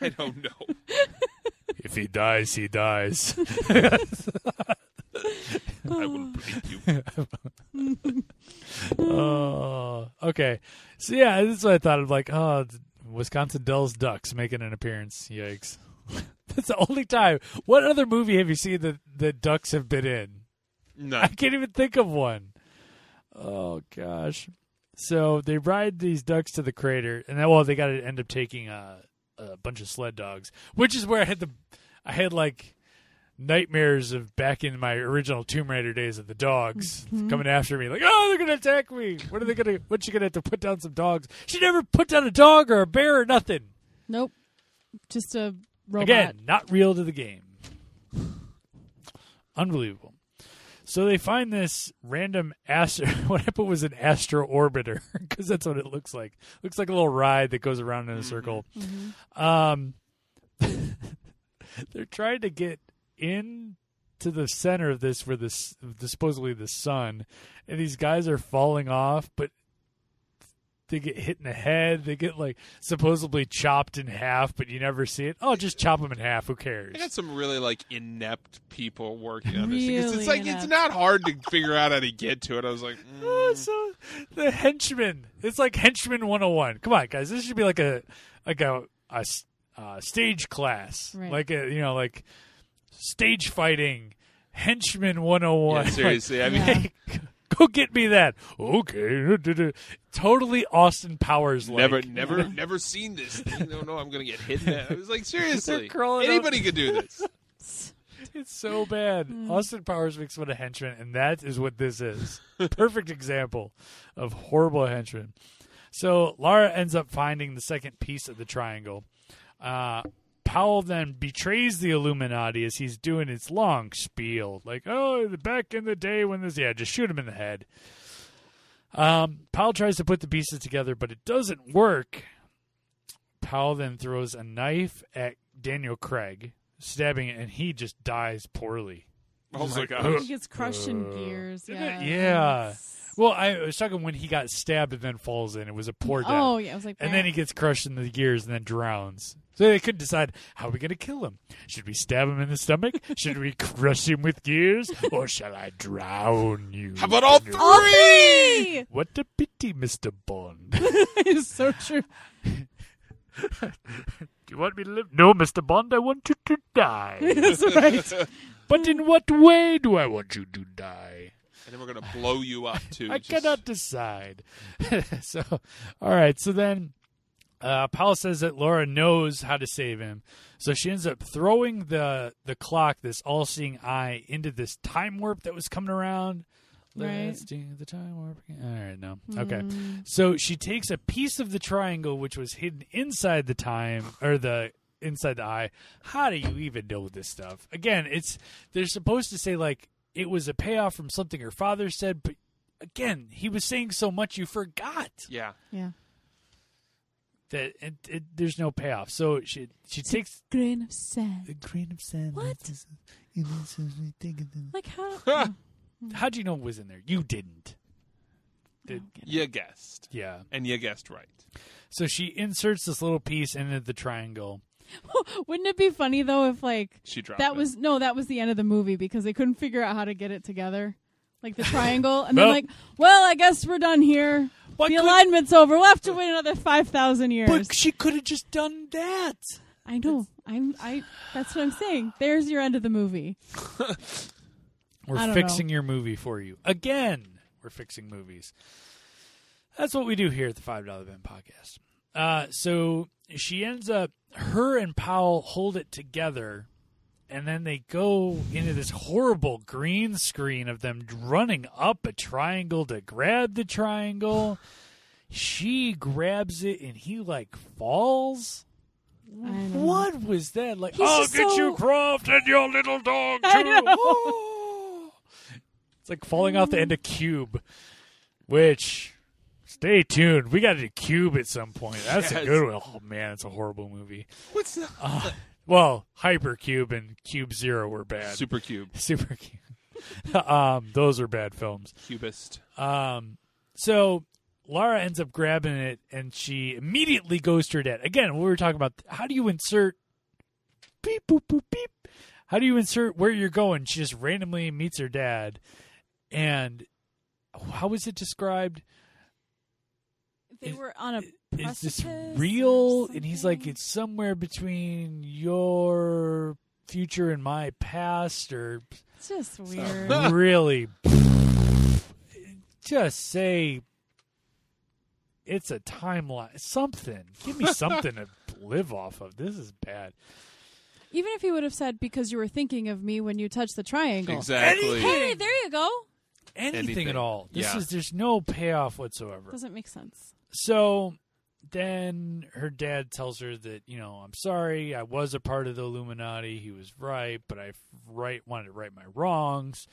[SPEAKER 2] I don't
[SPEAKER 3] <laughs>
[SPEAKER 2] know.
[SPEAKER 1] <laughs> if he dies, he dies.
[SPEAKER 2] I will break you.
[SPEAKER 1] Oh, okay. So yeah, this is what I thought of. Like, oh, th- Wisconsin Dells Ducks making an appearance. Yikes! <laughs> That's the only time. What other movie have you seen that the Ducks have been in? I <laughs>
[SPEAKER 2] No.
[SPEAKER 1] can't even think of one. Oh gosh. So they ride these ducks to the crater, and then well, they got to end up taking a, a bunch of sled dogs, which is where I had the, I had like nightmares of back in my original Tomb Raider days of the dogs coming after me, like oh they're gonna attack me. What are they gonna? What you gonna have to put down some dogs? She never put down a dog or a bear or nothing.
[SPEAKER 3] Nope. Just a robot.
[SPEAKER 1] Again, not real to the game. Unbelievable. So they find this random astro. <laughs> What I put was an astro orbiter <laughs> because that's what it looks like. Looks like a little ride that goes around in a circle. Um, <laughs> they're trying to get in to the center of this for this supposedly the sun, and these guys are falling off, but they get hit in the head. They get like supposedly chopped in half, but you never see it. Oh, just chop them in half. Who cares?
[SPEAKER 2] I got some really like inept people working on this. thing. It's-
[SPEAKER 3] Really
[SPEAKER 2] it's like it's
[SPEAKER 3] inept.
[SPEAKER 2] not hard to figure out how to get to it. I was like,
[SPEAKER 1] <laughs> Oh,
[SPEAKER 2] mm,
[SPEAKER 1] so the henchman. It's like henchman 101. Come on, guys. This should be like a like a, a s- uh, stage class.
[SPEAKER 3] Right.
[SPEAKER 1] Like a, you know, like stage fighting henchman 101.
[SPEAKER 2] yeah, seriously. I mean,
[SPEAKER 3] Yeah.
[SPEAKER 1] Like, go get me that. Okay. Totally Austin Powers like. <laughs>
[SPEAKER 2] <laughs> never, never, never seen this. Thing. No, no, I'm gonna get hit. in that. I was
[SPEAKER 3] <laughs>
[SPEAKER 2] like, seriously,
[SPEAKER 1] crawling
[SPEAKER 2] anybody could do this.
[SPEAKER 1] It's so bad. Austin Powers makes fun of henchmen, and that is what this is. Perfect example of horrible henchmen. So Lara ends up finding the second piece of the triangle. Uh, Powell then betrays the Illuminati as he's doing his long spiel, like, "Oh, the- back in the day when this, yeah, just shoot him in the head." Um, Powell tries to put the pieces together, but it doesn't work. Powell then throws a knife at Daniel Craig, stabbing it, and he just dies poorly.
[SPEAKER 2] Oh
[SPEAKER 1] Just
[SPEAKER 2] my
[SPEAKER 1] like,
[SPEAKER 2] gosh.
[SPEAKER 1] "Ugh."
[SPEAKER 3] He gets crushed in gears.
[SPEAKER 1] Isn't it?
[SPEAKER 3] Yeah.
[SPEAKER 1] Uh, Yeah. Well, I was talking when he got stabbed and then falls in. It was a poor death.
[SPEAKER 3] Oh yeah, I was like,
[SPEAKER 1] And then he gets crushed in the gears and then drowns. So they couldn't decide how are we going to kill him. Should we stab him in the
[SPEAKER 3] <laughs>
[SPEAKER 1] stomach? Should we crush him with gears, or shall I drown you? <laughs>
[SPEAKER 2] How about all
[SPEAKER 1] in
[SPEAKER 2] three?
[SPEAKER 1] your-
[SPEAKER 3] all three.
[SPEAKER 1] What a pity, Mister Bond. <laughs>
[SPEAKER 3] <laughs> it's so true.
[SPEAKER 1] Do you want me to live? No, Mister Bond. I want you to
[SPEAKER 3] <laughs>
[SPEAKER 1] die. <laughs>
[SPEAKER 3] That's
[SPEAKER 2] <laughs>
[SPEAKER 3] right.
[SPEAKER 1] but in what way do I want you to die?
[SPEAKER 2] And then we're gonna blow
[SPEAKER 1] <laughs>
[SPEAKER 2] you up too.
[SPEAKER 1] I
[SPEAKER 2] Just-
[SPEAKER 1] cannot decide. <laughs> so, all right. So then, uh, Powell says that Laura knows how to save him, so she ends up throwing the the clock, this all-seeing eye, into this time warp that was coming around.
[SPEAKER 3] Right.
[SPEAKER 1] Let's do the time warp. again. All right, no,
[SPEAKER 3] Mm,
[SPEAKER 1] okay. So she takes a piece of the triangle which was hidden inside the time or the inside the eye. How do you even know this stuff? Again, it's they're supposed to say like it was a payoff from something her father said, but again, he was saying so much you forgot
[SPEAKER 2] Yeah.
[SPEAKER 3] Yeah.
[SPEAKER 1] that it, it, there's no payoff. So she she takes
[SPEAKER 3] Grain of sand.
[SPEAKER 1] grain of sand.
[SPEAKER 3] What? Like
[SPEAKER 1] <laughs>
[SPEAKER 3] how?
[SPEAKER 1] How do you know it was in there? You didn't. Did,
[SPEAKER 2] You guessed.
[SPEAKER 1] yeah.
[SPEAKER 2] And you guessed right.
[SPEAKER 1] So she inserts this little piece into the triangle.
[SPEAKER 3] Wouldn't it be funny though if like
[SPEAKER 2] She dropped
[SPEAKER 3] that
[SPEAKER 2] it.
[SPEAKER 3] was no, that was the end of the movie because they couldn't figure out how to get it together,
[SPEAKER 1] <laughs>
[SPEAKER 3] like the triangle, and
[SPEAKER 1] Well-
[SPEAKER 3] then like, well, I guess we're done here.
[SPEAKER 1] Why
[SPEAKER 3] the
[SPEAKER 1] couldn't-
[SPEAKER 3] alignment's over. We'll have to wait another five thousand years.
[SPEAKER 1] But she could have just done that.
[SPEAKER 3] I know. I'm. I. That's what I'm saying. There's your end of the movie. I
[SPEAKER 1] We're
[SPEAKER 3] don't
[SPEAKER 1] fixing your movie for you again. We're fixing movies. That's what we do here at the Five Dollar Bin Podcast. Uh, so she ends up, her and Powell hold it together, and then they go into this horrible green screen of them running up a triangle to grab the triangle. She grabs it, and he like falls.
[SPEAKER 3] I know.
[SPEAKER 1] What was that like?
[SPEAKER 3] He's
[SPEAKER 1] I'll
[SPEAKER 3] just
[SPEAKER 1] get
[SPEAKER 3] so-
[SPEAKER 1] you, Croft, and your little dog too.
[SPEAKER 3] <laughs> I know.
[SPEAKER 1] Oh. It's like falling off the end of Cube. Which, stay tuned. We got to do Cube at some point. That's
[SPEAKER 2] Yes.
[SPEAKER 1] a good one. Oh man, it's a horrible movie.
[SPEAKER 2] What's that?
[SPEAKER 1] Well, Hypercube and Cube Zero were bad.
[SPEAKER 2] Super cube.
[SPEAKER 1] Super Cube. <laughs> um, those are bad films.
[SPEAKER 2] Cubist.
[SPEAKER 1] Um, so Lara ends up grabbing it, and she immediately goes to her dad. Again, we were talking about how do you insert beep boop boop beep. How do you insert where you're going? She just randomly meets her dad, and how was it described?
[SPEAKER 3] They
[SPEAKER 1] Is-
[SPEAKER 3] were on a.
[SPEAKER 1] Is this
[SPEAKER 3] precipice or
[SPEAKER 1] real? And he's like,
[SPEAKER 3] something?
[SPEAKER 1] it's somewhere between your future and my past, or
[SPEAKER 3] It's
[SPEAKER 1] <laughs>
[SPEAKER 3] just weird.
[SPEAKER 1] really just say it's a timeline something give me something
[SPEAKER 2] <laughs>
[SPEAKER 1] to live off of this is bad
[SPEAKER 3] Even if he would have said, "Because you were thinking of me when you touched the triangle."
[SPEAKER 2] Exactly.
[SPEAKER 3] Hey, there you go.
[SPEAKER 1] anything,
[SPEAKER 2] Anything.
[SPEAKER 1] at all this
[SPEAKER 2] Yeah.
[SPEAKER 1] is there's no payoff whatsoever
[SPEAKER 3] Doesn't make sense.
[SPEAKER 1] so then her dad tells her that you know i'm sorry i was a part of the illuminati he was right but i right wanted to right my wrongs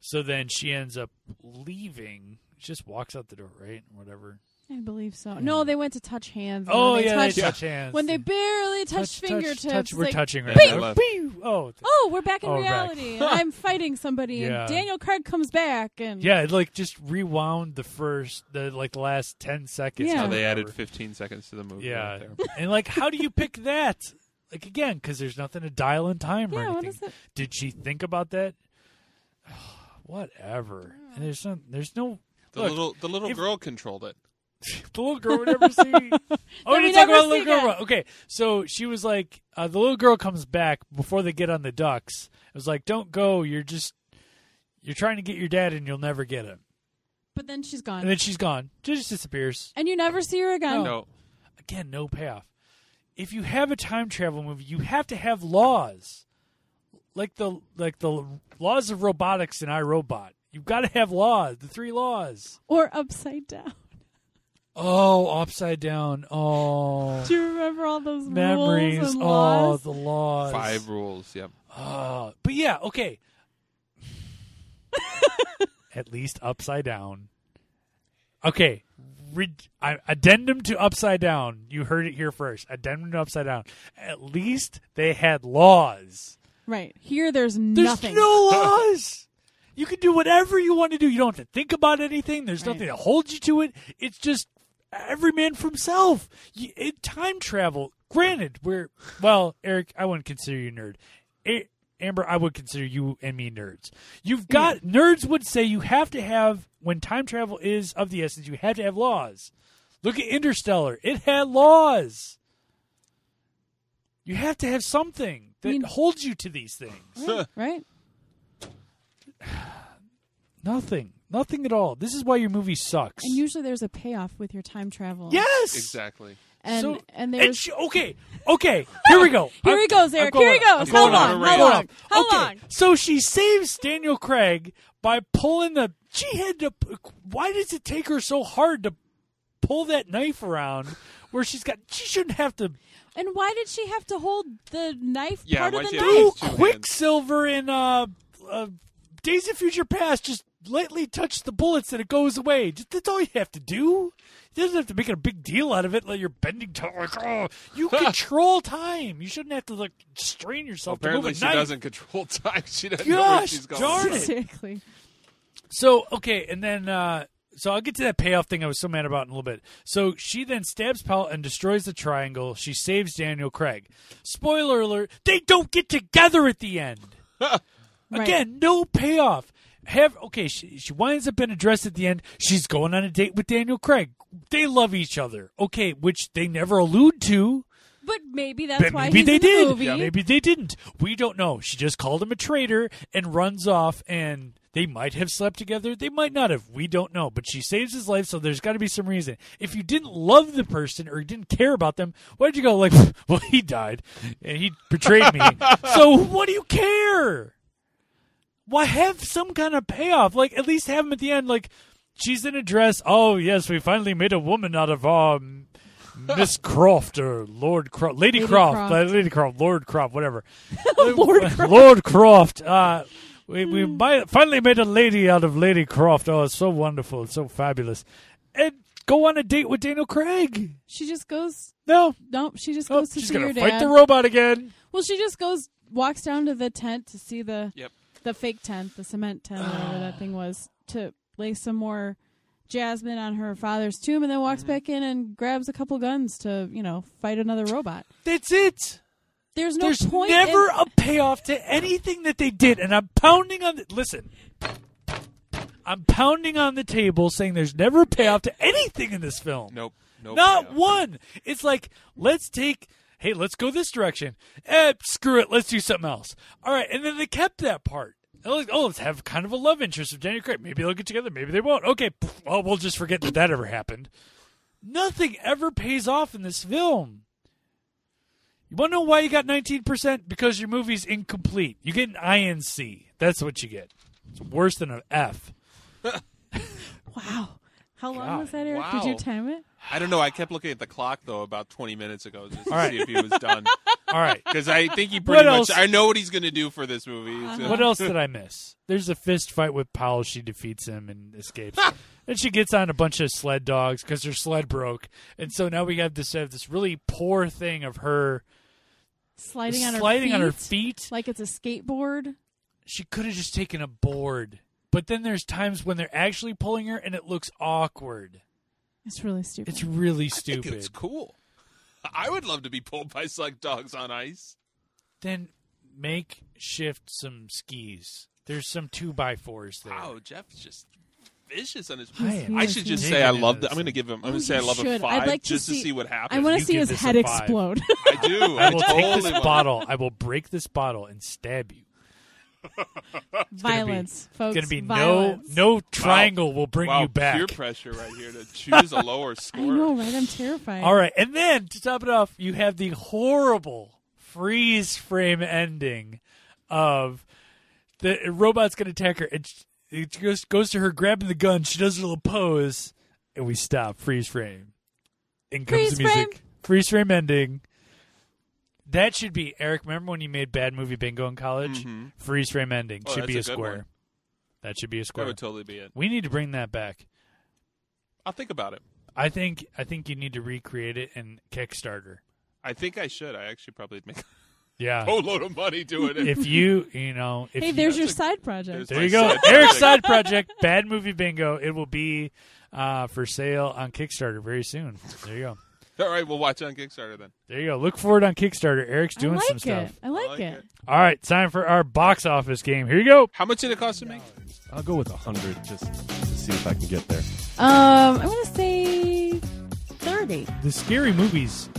[SPEAKER 1] so then she ends up leaving She just walks out the door right whatever
[SPEAKER 3] I believe so. No, they went to touch hands. and
[SPEAKER 1] Oh
[SPEAKER 3] when they
[SPEAKER 1] yeah,
[SPEAKER 3] touched,
[SPEAKER 1] they touch hands.
[SPEAKER 3] when they barely touched fingertips.
[SPEAKER 1] touch, touch, we're
[SPEAKER 3] like,
[SPEAKER 1] touching right
[SPEAKER 2] Bing!
[SPEAKER 1] now.
[SPEAKER 2] Left.
[SPEAKER 1] Pew! Oh, th-
[SPEAKER 3] Oh, we're back in
[SPEAKER 1] Oh, right. <laughs>
[SPEAKER 3] reality. and I'm fighting somebody,
[SPEAKER 1] Yeah.
[SPEAKER 3] and Daniel Craig comes back, and
[SPEAKER 1] yeah. it, Like just rewound the first, the like the last ten seconds.
[SPEAKER 3] Yeah.
[SPEAKER 2] How
[SPEAKER 1] or
[SPEAKER 2] they added
[SPEAKER 1] whatever.
[SPEAKER 2] 15 seconds to the movie.
[SPEAKER 1] Yeah,
[SPEAKER 2] right there.
[SPEAKER 1] <laughs> and like, how do you pick that? Like again, because there's nothing to dial in time or
[SPEAKER 3] Yeah, what
[SPEAKER 1] anything.
[SPEAKER 3] is it?
[SPEAKER 1] Did she think about that? <sighs> Whatever. And there's some. There's no.
[SPEAKER 2] The
[SPEAKER 1] Look,
[SPEAKER 2] little the little
[SPEAKER 1] if-
[SPEAKER 2] girl controlled it.
[SPEAKER 1] the little girl would
[SPEAKER 3] <laughs>
[SPEAKER 1] never see. Oh,
[SPEAKER 3] That we
[SPEAKER 1] you talk
[SPEAKER 3] never
[SPEAKER 1] about the
[SPEAKER 3] see
[SPEAKER 1] little girl.
[SPEAKER 3] again.
[SPEAKER 1] Okay, so she was like, uh, the little girl comes back before they get on the ducks. I was like, don't go. You're just, you're trying to get your dad, and you'll never get him.
[SPEAKER 3] But then she's
[SPEAKER 1] And
[SPEAKER 3] gone,
[SPEAKER 1] then she's gone. She just disappears.
[SPEAKER 3] and you never see her again.
[SPEAKER 2] No.
[SPEAKER 1] Again, no payoff. If you have a time travel movie, you have to have laws, like the like the laws of robotics in iRobot. You've got to have laws. The three laws.
[SPEAKER 3] Or upside down. <laughs>
[SPEAKER 1] Oh, upside down. Oh.
[SPEAKER 3] Do you remember all those
[SPEAKER 1] memories.
[SPEAKER 3] rules and
[SPEAKER 1] Oh,
[SPEAKER 3] laws?
[SPEAKER 1] the laws.
[SPEAKER 2] Five rules. Yep.
[SPEAKER 1] Oh, but yeah,
[SPEAKER 3] <laughs>
[SPEAKER 1] okay. At least upside down. Okay. Re- I- addendum to upside down. You heard it here first. Addendum to upside down. At least they had laws.
[SPEAKER 3] Right here, there's,
[SPEAKER 1] There's
[SPEAKER 3] nothing.
[SPEAKER 1] no laws. You can do whatever you want to do. You don't have to think about anything. There's
[SPEAKER 3] Right.
[SPEAKER 1] nothing that holds you to it. It's just every man for himself. You, it, time travel. Granted, we're well, Eric. I wouldn't consider you a nerd. A- Amber, I would consider you and me nerds. You've got nerds would say you have to have when time travel is of the essence. You have to have laws. Look at Interstellar. It had laws. You have to have something that
[SPEAKER 3] I mean-
[SPEAKER 1] holds you to these things.
[SPEAKER 3] right?
[SPEAKER 1] Nothing. Nothing at all. This is why your movie sucks.
[SPEAKER 3] And usually there's a payoff with your time travel.
[SPEAKER 1] yes.
[SPEAKER 2] <laughs> exactly.
[SPEAKER 3] And
[SPEAKER 1] So-
[SPEAKER 3] and
[SPEAKER 1] And
[SPEAKER 3] there's
[SPEAKER 1] she- okay. Okay. Here we go.
[SPEAKER 3] <laughs> Here he goes, Eric. Here he
[SPEAKER 1] going off.
[SPEAKER 3] goes.
[SPEAKER 1] I'm going
[SPEAKER 3] How
[SPEAKER 1] off.
[SPEAKER 2] long?
[SPEAKER 1] I'm
[SPEAKER 2] How
[SPEAKER 1] going
[SPEAKER 3] long?
[SPEAKER 1] off.
[SPEAKER 3] How
[SPEAKER 1] okay.
[SPEAKER 3] long?
[SPEAKER 1] So she saves Daniel Craig by pulling the. She had to. Why does it take her so hard to pull that knife around? Where she's got. She shouldn't have to
[SPEAKER 3] and why did she have to hold the knife
[SPEAKER 2] Yeah,
[SPEAKER 3] part of
[SPEAKER 2] why'd
[SPEAKER 3] the
[SPEAKER 2] you-
[SPEAKER 3] knife?
[SPEAKER 1] Ooh,
[SPEAKER 2] Two hands.
[SPEAKER 1] Quicksilver in uh, uh, Days of Future Past just lightly touch the bullets and it goes away. Just, that's all you have to do. You doesn't have to make a big deal out of it. Like you're bending time. Like, oh,
[SPEAKER 2] <laughs>
[SPEAKER 1] you control time. You shouldn't have to like strain yourself
[SPEAKER 2] Apparently,
[SPEAKER 1] to move
[SPEAKER 2] she
[SPEAKER 1] a knife.
[SPEAKER 2] doesn't control <laughs> time. She doesn't know where
[SPEAKER 1] Gosh
[SPEAKER 2] she's going.
[SPEAKER 1] darn it.
[SPEAKER 3] Exactly.
[SPEAKER 1] So okay, and then uh, so I'll get to that payoff thing I was so mad about in a little bit. So she then stabs Powell and destroys the triangle. She saves Daniel Craig. Spoiler alert: they don't get together at the end.
[SPEAKER 3] Right.
[SPEAKER 1] Again, no payoff. Have okay, she, she winds up in a dress at the end. She's going on a date with Daniel Craig. They love each other. Okay, which they never allude to.
[SPEAKER 3] But maybe that's
[SPEAKER 1] But
[SPEAKER 3] why
[SPEAKER 1] maybe
[SPEAKER 3] he's
[SPEAKER 1] they
[SPEAKER 3] in
[SPEAKER 1] did.
[SPEAKER 3] the movie.
[SPEAKER 1] Yeah,
[SPEAKER 3] <laughs>
[SPEAKER 1] maybe they didn't. We don't know. She just called him a traitor and runs off and they might have slept together. They might not have. We don't know. But she saves his life, so there's got to be some reason. If you didn't love the person or you didn't care about them, why'd you go like, <laughs> well, he died and he betrayed
[SPEAKER 3] <laughs>
[SPEAKER 1] me. so what do you care? Why have some kind of payoff? Like at least have him at the end. Like she's in a dress. Oh yes, we finally made a woman out of
[SPEAKER 3] <laughs>
[SPEAKER 1] um, Miss Croft or Lord Croft, Lady,
[SPEAKER 3] Lady
[SPEAKER 1] Croft,
[SPEAKER 3] Croft.
[SPEAKER 1] uh, Lady Croft, Lord Croft,
[SPEAKER 3] <laughs>
[SPEAKER 1] whatever.
[SPEAKER 3] Lord
[SPEAKER 1] <laughs> Croft. Lord Croft. Uh, we we
[SPEAKER 3] Hmm.
[SPEAKER 1] might, finally made a lady out of Lady Croft. Oh, it's so wonderful, it's so fabulous. And go on a date with Daniel Craig.
[SPEAKER 3] She just goes.
[SPEAKER 1] No,
[SPEAKER 3] Nope. She just
[SPEAKER 1] oh,
[SPEAKER 3] goes to
[SPEAKER 1] she's
[SPEAKER 3] see
[SPEAKER 1] gonna
[SPEAKER 3] her
[SPEAKER 1] fight
[SPEAKER 3] dad.
[SPEAKER 1] the robot again.
[SPEAKER 3] well, she just goes, walks down to the tent to see the
[SPEAKER 2] Yep.
[SPEAKER 3] the fake tent, the cement tent, or whatever
[SPEAKER 1] Ah.
[SPEAKER 3] that thing was, to lay some more jasmine on her father's tomb, and then walks
[SPEAKER 1] Mm-hmm.
[SPEAKER 3] back in and grabs a couple guns to you know fight another robot.
[SPEAKER 1] That's it.
[SPEAKER 3] There's no
[SPEAKER 1] There's
[SPEAKER 3] point.
[SPEAKER 1] never
[SPEAKER 3] in-
[SPEAKER 1] a payoff to anything that they did, and I'm pounding on. The, listen, I'm pounding on the table saying there's never a payoff to anything in this film.
[SPEAKER 2] Nope. Nope.
[SPEAKER 1] Not
[SPEAKER 2] yeah.
[SPEAKER 1] one. It's like let's take. Hey, let's go this direction. Eh, screw it. Let's do something else. All right, and then they kept that part. They're like, oh, let's have kind of a love interest with Daniel Craig. Maybe they'll get together. Maybe they won't. Okay, pff, well, we'll just forget that that ever happened. Nothing ever pays off in this film. You want to know why you got 19%? Because your movie's incomplete. You get an INC. That's what you get. It's worse than an F.
[SPEAKER 3] wow. How long
[SPEAKER 1] God,
[SPEAKER 3] was that, Eric? Did you
[SPEAKER 2] wow.
[SPEAKER 3] time it?
[SPEAKER 2] I don't know. I kept looking at the clock though, about twenty minutes ago, just to
[SPEAKER 1] All right.
[SPEAKER 2] see if
[SPEAKER 1] <laughs>
[SPEAKER 2] he was done.
[SPEAKER 1] All right.
[SPEAKER 2] Because I think he pretty
[SPEAKER 1] else?
[SPEAKER 2] much. I know what he's going to do for this movie. He's gonna-
[SPEAKER 1] What else did I miss? There's a fist fight with Powell. She defeats him and escapes. and she gets on a bunch of sled dogs because her sled broke. And so now we have this have this really poor thing of her
[SPEAKER 3] Sliding on her
[SPEAKER 1] sliding
[SPEAKER 3] feet,
[SPEAKER 1] on her feet.
[SPEAKER 3] like it's a skateboard.
[SPEAKER 1] She could have just taken a board. But then there's times when they're actually pulling her and it looks awkward.
[SPEAKER 3] It's really stupid.
[SPEAKER 1] It's really
[SPEAKER 2] I think
[SPEAKER 1] stupid.
[SPEAKER 2] it's cool. I would love to be pulled by slug dogs on ice.
[SPEAKER 1] Then make shift some skis. There's some two by fours there.
[SPEAKER 2] Wow, Jeff's just vicious on his.
[SPEAKER 1] I am
[SPEAKER 2] I should just say
[SPEAKER 1] digging
[SPEAKER 2] I
[SPEAKER 1] into
[SPEAKER 2] love.
[SPEAKER 1] this
[SPEAKER 2] That. I'm going to
[SPEAKER 1] thing.
[SPEAKER 2] give him. I'm
[SPEAKER 3] Oh,
[SPEAKER 2] going to say I
[SPEAKER 3] you
[SPEAKER 2] love a
[SPEAKER 3] should. I'd
[SPEAKER 2] five
[SPEAKER 3] like to
[SPEAKER 2] just to
[SPEAKER 3] see-
[SPEAKER 2] see what
[SPEAKER 3] I
[SPEAKER 2] happens.
[SPEAKER 3] want
[SPEAKER 1] you
[SPEAKER 3] to see
[SPEAKER 1] give
[SPEAKER 3] his
[SPEAKER 1] this a
[SPEAKER 3] head
[SPEAKER 1] five.
[SPEAKER 3] explode.
[SPEAKER 2] I do.
[SPEAKER 1] <laughs> I will take
[SPEAKER 2] totally
[SPEAKER 1] this
[SPEAKER 2] will.
[SPEAKER 1] bottle. I will break this bottle and stab you.
[SPEAKER 3] <laughs> violence, folks.
[SPEAKER 1] It's gonna be
[SPEAKER 3] violence.
[SPEAKER 1] no no triangle will bring
[SPEAKER 2] wow,
[SPEAKER 1] you back.
[SPEAKER 2] Peer pressure right here to choose a
[SPEAKER 4] <laughs>
[SPEAKER 2] lower
[SPEAKER 3] I
[SPEAKER 2] score.
[SPEAKER 3] know, right? I'm terrified.
[SPEAKER 1] All right, and then to top it off, you have the horrible freeze frame ending of the robot's gonna attack her, and sh- it goes goes to her grabbing the gun. She does her little pose, and we stop freeze frame. In comes
[SPEAKER 3] Freeze
[SPEAKER 1] the music.
[SPEAKER 3] frame.
[SPEAKER 1] Freeze frame ending. That should be Eric. Remember when you made bad movie bingo in college? Freeze frame ending
[SPEAKER 2] Mm-hmm. Oh,
[SPEAKER 1] should be a
[SPEAKER 2] that's a good
[SPEAKER 1] square.
[SPEAKER 2] one.
[SPEAKER 1] That should be a square.
[SPEAKER 2] That would totally be it.
[SPEAKER 1] we need to bring that back.
[SPEAKER 2] I'll think about it.
[SPEAKER 1] I think I think you need to recreate it in Kickstarter.
[SPEAKER 2] I think I should. I actually probably make.
[SPEAKER 1] Yeah.
[SPEAKER 2] boatload of money doing it.
[SPEAKER 1] If you, you know, if
[SPEAKER 3] Hey,
[SPEAKER 1] you-
[SPEAKER 3] there's your
[SPEAKER 2] That's a-
[SPEAKER 3] side project.
[SPEAKER 1] there
[SPEAKER 2] my
[SPEAKER 1] you go.
[SPEAKER 2] side
[SPEAKER 1] Eric's
[SPEAKER 2] project.
[SPEAKER 1] side project, Bad Movie Bingo. It will be uh, for sale on Kickstarter very soon. There you go.
[SPEAKER 2] All right, we'll watch on Kickstarter then.
[SPEAKER 1] There you go. Look for it on Kickstarter. Eric's doing
[SPEAKER 3] I like
[SPEAKER 1] some
[SPEAKER 3] it.
[SPEAKER 1] stuff.
[SPEAKER 3] I like,
[SPEAKER 2] like
[SPEAKER 3] it.
[SPEAKER 2] it.
[SPEAKER 1] All right, time for our box office game. Here you go.
[SPEAKER 2] How much did it cost to make?
[SPEAKER 4] I'll go with 100 just to see if I can get there.
[SPEAKER 3] Um, I want to say thirty.
[SPEAKER 1] The scary movies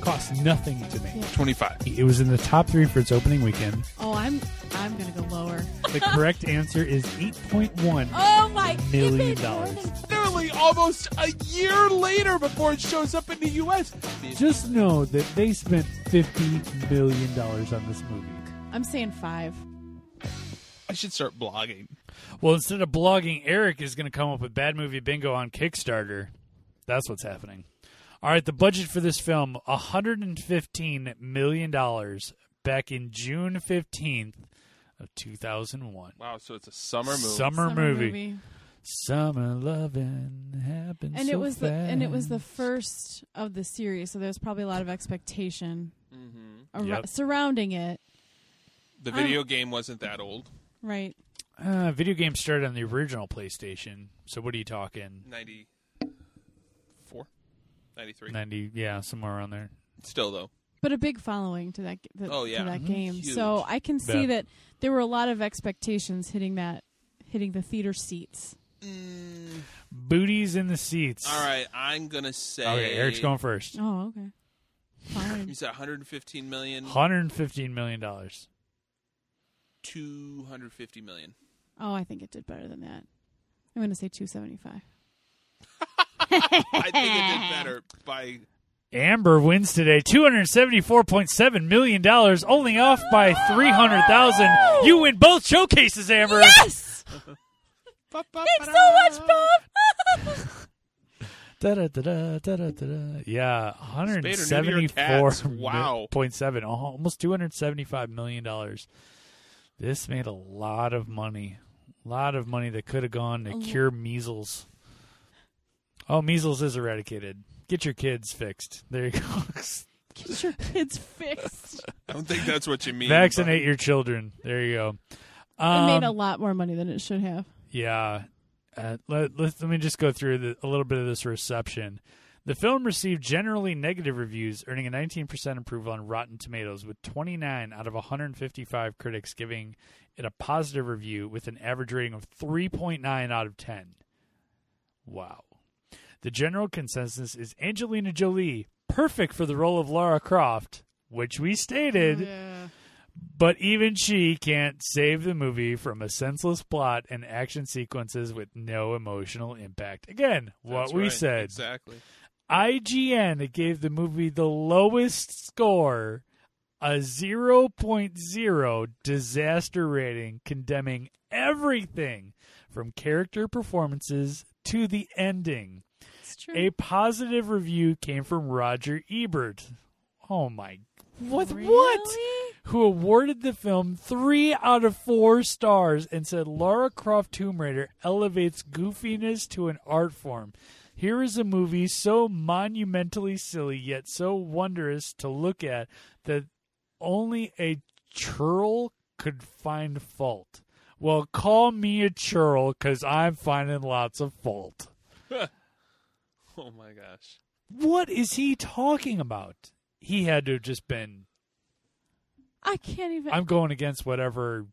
[SPEAKER 1] cost nothing to make.
[SPEAKER 2] Twenty-five.
[SPEAKER 1] It was in the top three for its opening weekend.
[SPEAKER 3] Oh, I'm I'm gonna go lower. <laughs>
[SPEAKER 1] The correct answer is 8.1.
[SPEAKER 3] Oh my
[SPEAKER 1] Million
[SPEAKER 3] goodness,
[SPEAKER 1] dollars.
[SPEAKER 3] more than-
[SPEAKER 2] Literally almost a year later before it shows up in the U.S.
[SPEAKER 1] Just know that they spent $50 million on this movie.
[SPEAKER 3] I'm saying five.
[SPEAKER 2] I should start blogging.
[SPEAKER 1] Well, instead of blogging, Eric is going to come up with Bad Movie Bingo on Kickstarter. That's what's happening. All right, the budget for this film $115 million back in June 15th of 2001.
[SPEAKER 2] Wow, so it's a summer movie.
[SPEAKER 1] Summer, movie. Summer loving happens.
[SPEAKER 3] And it was the and it was the first of the series, so there's probably a lot of expectation ar-
[SPEAKER 1] Yep.
[SPEAKER 3] surrounding it.
[SPEAKER 2] the video game wasn't that old.
[SPEAKER 3] Right.
[SPEAKER 1] uh, video game started on the original PlayStation. So what are you talking?
[SPEAKER 2] 94? 93?
[SPEAKER 1] Ninety, yeah, somewhere around there.
[SPEAKER 2] Still though.
[SPEAKER 3] But a big following to that, g- that
[SPEAKER 2] Oh, yeah.
[SPEAKER 3] to that
[SPEAKER 2] Mhm.
[SPEAKER 3] game.
[SPEAKER 2] Huge.
[SPEAKER 3] So I can see
[SPEAKER 1] Yeah.
[SPEAKER 3] that there were a lot of expectations hitting that hitting the theater seats.
[SPEAKER 2] Mm,
[SPEAKER 1] Booties in the seats.
[SPEAKER 2] All right, I'm gonna say.
[SPEAKER 1] Okay, Eric's going first.
[SPEAKER 3] Oh, okay.
[SPEAKER 2] You <laughs>
[SPEAKER 3] Fine.
[SPEAKER 2] said 115 million,
[SPEAKER 1] Hundred and fifteen million dollars.
[SPEAKER 2] 250 million.
[SPEAKER 3] oh, I think it did better than that. I'm going to say 275.
[SPEAKER 2] I think it did better by
[SPEAKER 1] Amber wins today, two hundred seventy-four point seven million dollars, only off by three hundred thousand. You win both showcases, Amber.
[SPEAKER 3] Yes! Thanks so much, Bob.
[SPEAKER 1] Da da da da da da da. Yeah,
[SPEAKER 2] Spade or neuter
[SPEAKER 1] 174
[SPEAKER 2] cats. Wow.
[SPEAKER 1] point seven, al- almost 275 million dollars. This made a lot of money. A lot of money that could have gone to cure measles. Oh, measles is eradicated. Get your kids fixed. There you go.
[SPEAKER 3] Get your
[SPEAKER 1] <laughs>
[SPEAKER 3] kids fixed.
[SPEAKER 2] I don't think that's what you mean.
[SPEAKER 1] Vaccinate your children. There you go.
[SPEAKER 3] it
[SPEAKER 1] Um,
[SPEAKER 3] made a lot more money than it should have.
[SPEAKER 1] Yeah. Uh, let, let, let me just go through the, a little bit of this reception. The film received generally negative reviews, earning a 19% approval on Rotten Tomatoes, with 29 out of 155 critics giving it a positive review with an average rating of 3.9 out of 10. Wow. The general consensus is Angelina Jolie, perfect for the role of Lara Croft, which we stated. But even she can't save the movie from a senseless plot and action sequences with no emotional impact. Again, what
[SPEAKER 2] That's
[SPEAKER 1] we
[SPEAKER 2] right,
[SPEAKER 1] said.
[SPEAKER 2] Exactly. <laughs>
[SPEAKER 1] IGN gave the movie the lowest score, a 0.0 disaster rating, condemning everything from character performances to the ending.
[SPEAKER 3] It's true.
[SPEAKER 1] A positive review came from Roger Ebert. Oh my. What? What?
[SPEAKER 3] Really?
[SPEAKER 1] who awarded the film three out of four stars and said Lara Croft Tomb Raider elevates goofiness to an art form. Here is a movie so monumentally silly yet so wondrous to look at that only a churl could find fault. Well, call me a churl because I'm finding lots of fault.
[SPEAKER 2] Oh my gosh.
[SPEAKER 1] What is he talking about? He had to have just been
[SPEAKER 3] I can't even.
[SPEAKER 1] I'm going against whatever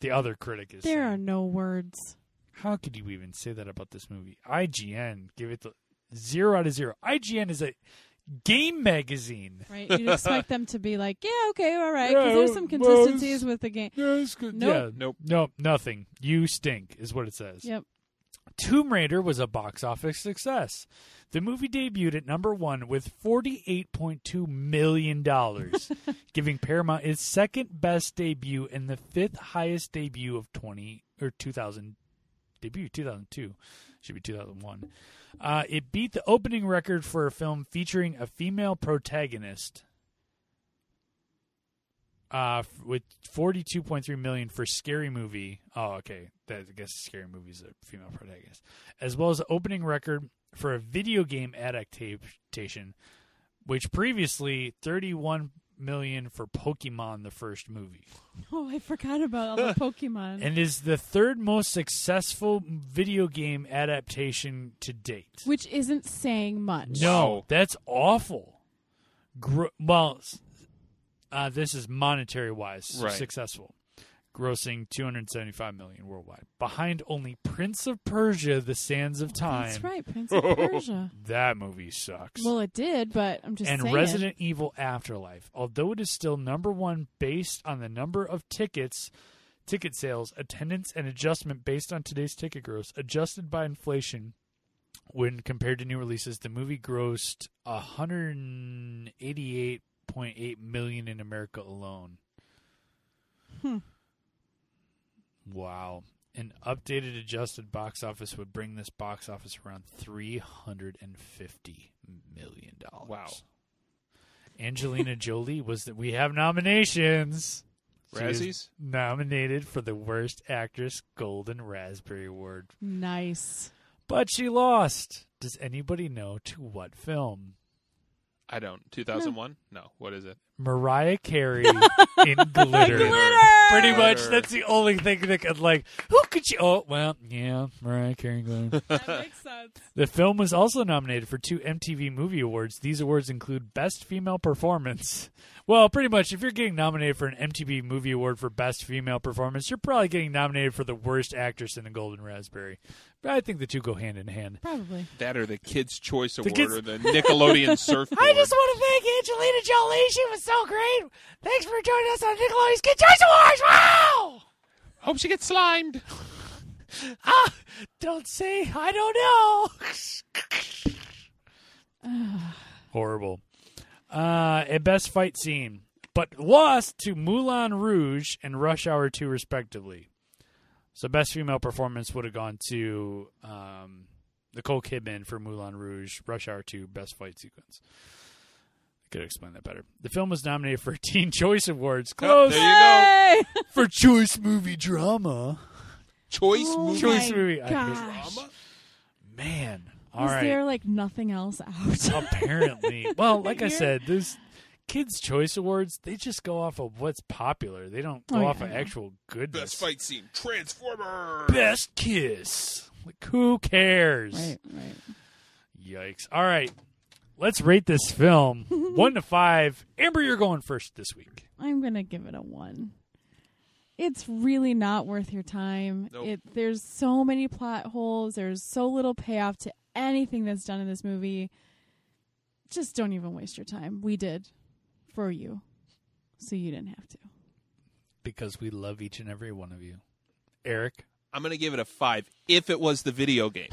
[SPEAKER 1] the other critic is.
[SPEAKER 3] there are
[SPEAKER 1] saying.
[SPEAKER 3] no words.
[SPEAKER 1] How could you even say that about this movie? IGN give it the zero out of zero. IGN is a game magazine.
[SPEAKER 3] Right?
[SPEAKER 1] <laughs>
[SPEAKER 3] You'd expect them to be like, yeah, okay, all right,
[SPEAKER 1] Yeah,
[SPEAKER 3] because there's some
[SPEAKER 1] well, it's-
[SPEAKER 3] consistencies with the game.
[SPEAKER 1] Yeah, it's good.
[SPEAKER 3] Nope.
[SPEAKER 1] Yeah, nope. Nope. Nothing. You stink is what it says.
[SPEAKER 3] Yep.
[SPEAKER 1] Tomb Raider was a box office success. The movie debuted at number one with $48.2 million, giving Paramount its second best debut and the fifth highest debut of 20 or 2000 debut 2002 should be 2001 uh, it beat the opening record for a film featuring a female protagonist uh, f- with 42.3 million for scary movie oh okay that, i guess scary movie is a female protagonist as well as the opening record for a video game adaptation which previously 31 million for Pokemon the first movie
[SPEAKER 3] Oh, I forgot about all
[SPEAKER 1] <laughs>
[SPEAKER 3] the Pokemon.
[SPEAKER 1] and is the third most successful video game adaptation to date.
[SPEAKER 3] which isn't saying much.
[SPEAKER 1] No,
[SPEAKER 2] Wow.
[SPEAKER 1] that's awful. Gr- well, s- uh, this is monetary wise
[SPEAKER 2] Right.
[SPEAKER 1] successful, grossing 275 million worldwide, behind only Prince of Persia: The Sands of Time.
[SPEAKER 3] That's right,
[SPEAKER 1] <laughs>
[SPEAKER 3] Prince of Persia.
[SPEAKER 1] That movie sucks.
[SPEAKER 3] Well, it did, but I'm just
[SPEAKER 1] and
[SPEAKER 3] saying.
[SPEAKER 1] Resident Evil Afterlife, although it is still number one based on the number of tickets, ticket sales, attendance, and adjustment based on today's ticket gross, adjusted by inflation. When compared to new releases, the movie grossed 188.8 million in America alone. Wow. An updated adjusted box office would bring this box office around 350 million dollars.
[SPEAKER 2] Wow.
[SPEAKER 1] Angelina <laughs> Jolie was that we have nominations. She is
[SPEAKER 2] Razzies?
[SPEAKER 1] nominated for the worst actress Golden Raspberry Award,
[SPEAKER 3] Nice.
[SPEAKER 1] but she lost. Does anybody know to what film?
[SPEAKER 2] I don't. 2001? No. What is it?
[SPEAKER 1] Mariah Carey in Glitter. Pretty much,
[SPEAKER 2] Glitter.
[SPEAKER 1] that's the only thing that could like. Who could she? Oh, well, yeah, Mariah Carey in Glitter.
[SPEAKER 3] <laughs>
[SPEAKER 1] <laughs>
[SPEAKER 3] That makes sense.
[SPEAKER 1] The film was also nominated for two MTV Movie Awards. These awards include Best Female Performance. Well, pretty much, if you're getting nominated for an MTV Movie Award for Best Female Performance, you're probably getting nominated for the Worst Actress in a Golden Raspberry. But I think the two go hand in hand.
[SPEAKER 3] Probably.
[SPEAKER 2] That or the Kids' Choice Award
[SPEAKER 1] kids-
[SPEAKER 2] or the Nickelodeon
[SPEAKER 1] <laughs>
[SPEAKER 2] Surfboard.
[SPEAKER 1] I just want to thank Angelina Jolie. She was so great. Thanks for joining us on Nickelodeon's Kid Choice Awards. Wow!
[SPEAKER 2] hope she gets slimed.
[SPEAKER 1] Ah, don't say I don't know. Horrible. Uh, a best fight scene, but lost to Moulin Rouge and Rush Hour 2, respectively. So, best female performance would have gone to um, Nicole Kidman for Moulin Rouge, Rush Hour 2, best fight sequence. Could explain that better. The film was nominated for <laughs> Teen Choice Awards.
[SPEAKER 2] Oh,
[SPEAKER 1] Close
[SPEAKER 2] there you go.
[SPEAKER 3] Hey!
[SPEAKER 1] for choice movie drama.
[SPEAKER 2] Choice
[SPEAKER 3] Oh
[SPEAKER 2] movie.
[SPEAKER 1] Choice
[SPEAKER 3] my
[SPEAKER 1] movie. I hate
[SPEAKER 3] Gosh.
[SPEAKER 2] drama?
[SPEAKER 1] Man, all
[SPEAKER 3] Is
[SPEAKER 1] right.
[SPEAKER 3] there like nothing else <laughs> out?
[SPEAKER 1] apparently
[SPEAKER 3] <laughs>
[SPEAKER 1] well like i
[SPEAKER 3] You're-
[SPEAKER 1] said this kids choice awards they just go off of what's popular they don't go
[SPEAKER 3] Oh, yeah,
[SPEAKER 1] off
[SPEAKER 3] I
[SPEAKER 1] of
[SPEAKER 3] know.
[SPEAKER 1] actual goodness
[SPEAKER 2] Best fight scene. Transformer.
[SPEAKER 1] best kiss like who cares
[SPEAKER 3] right, right.
[SPEAKER 1] yikes all right let's rate this
[SPEAKER 3] <laughs>
[SPEAKER 1] film one to five amber you're going first this week
[SPEAKER 3] I'm gonna give it a one. It's really not worth your time.
[SPEAKER 2] Nope.
[SPEAKER 3] It there's so many plot holes. There's so little payoff to anything that's done in this movie. Just don't even waste your time. We did for you, so you didn't have to.
[SPEAKER 1] <laughs> because we love each and every one of you eric
[SPEAKER 2] I'm going to give it a five if it was the video game.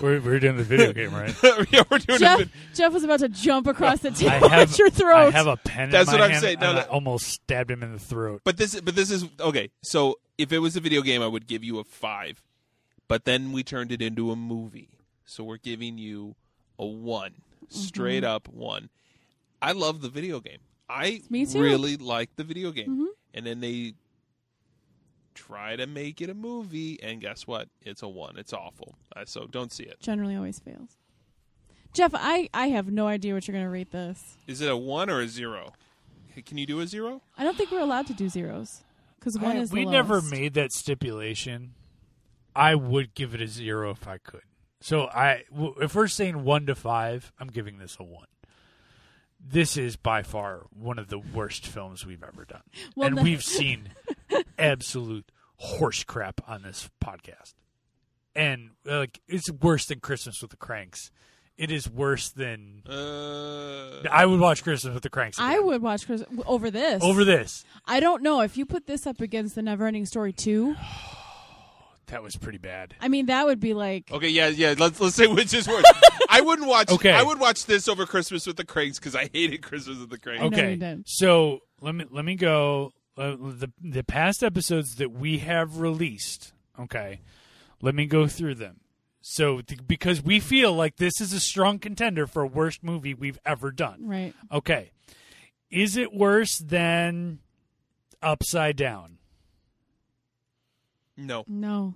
[SPEAKER 1] we're, we're doing the video game
[SPEAKER 3] <laughs>
[SPEAKER 1] right
[SPEAKER 2] <laughs> yeah, we're doing a
[SPEAKER 3] Jeff,
[SPEAKER 2] vid-
[SPEAKER 3] Jeff was about to jump across the
[SPEAKER 1] I
[SPEAKER 3] table
[SPEAKER 1] have
[SPEAKER 3] at your
[SPEAKER 1] I
[SPEAKER 3] throat.
[SPEAKER 1] have a pen.
[SPEAKER 2] That's
[SPEAKER 1] in
[SPEAKER 2] what
[SPEAKER 1] my
[SPEAKER 2] I'm
[SPEAKER 1] hand,
[SPEAKER 2] saying. No,
[SPEAKER 1] and I
[SPEAKER 2] no.
[SPEAKER 1] almost stabbed him in the throat.
[SPEAKER 2] But this, but this is okay. So if it was a video game, I would give you a five, but then we turned it into a movie, so we're giving you a one, straight
[SPEAKER 3] Mm-hmm.
[SPEAKER 2] up one. I love the video game. I
[SPEAKER 3] Me too. Mm-hmm.
[SPEAKER 2] really like the video game, and then they try to make it a movie, and guess what? It's a one. It's awful. Uh, so don't see it.
[SPEAKER 3] Generally, always fails. Jeff, I I have no idea what you're gonna rate this.
[SPEAKER 2] Is it a one or a zero? Can you do a zero?
[SPEAKER 3] I don't think we're allowed to do zeros because one
[SPEAKER 1] I-
[SPEAKER 3] is the
[SPEAKER 1] we never
[SPEAKER 3] lowest.
[SPEAKER 1] made that stipulation. I would give it a zero if I could. So I, w- if we're saying one to five, I'm giving this a one. This is by far one of the worst films we've ever done,
[SPEAKER 3] Well,
[SPEAKER 1] and
[SPEAKER 3] then-
[SPEAKER 1] we've seen absolute horse crap on this podcast. And like, it's worse than Christmas with the Cranks. It is worse than
[SPEAKER 2] Uh,
[SPEAKER 1] I would watch Christmas with the Cranks.
[SPEAKER 3] I
[SPEAKER 1] again.
[SPEAKER 3] would watch Chris over this.
[SPEAKER 1] over this.
[SPEAKER 3] I don't know if you put this up against the Neverending Story two.
[SPEAKER 1] That was pretty bad.
[SPEAKER 3] I mean, that would be like
[SPEAKER 2] Okay, yeah, yeah. Let's let's say which is
[SPEAKER 1] <laughs>
[SPEAKER 2] worse. I wouldn't watch.
[SPEAKER 1] Okay.
[SPEAKER 2] I would watch this over Christmas with the Cranks because I hated Christmas with the Cranks.
[SPEAKER 3] I know
[SPEAKER 1] Okay.
[SPEAKER 3] you did.
[SPEAKER 1] So let me let me go uh, the the past episodes that we have released. Okay, let me go through them. So th- because we feel like this is a strong contender for worst movie we've ever done.
[SPEAKER 3] right.
[SPEAKER 1] Okay, is it worse than Upside Down?
[SPEAKER 2] No,
[SPEAKER 3] No,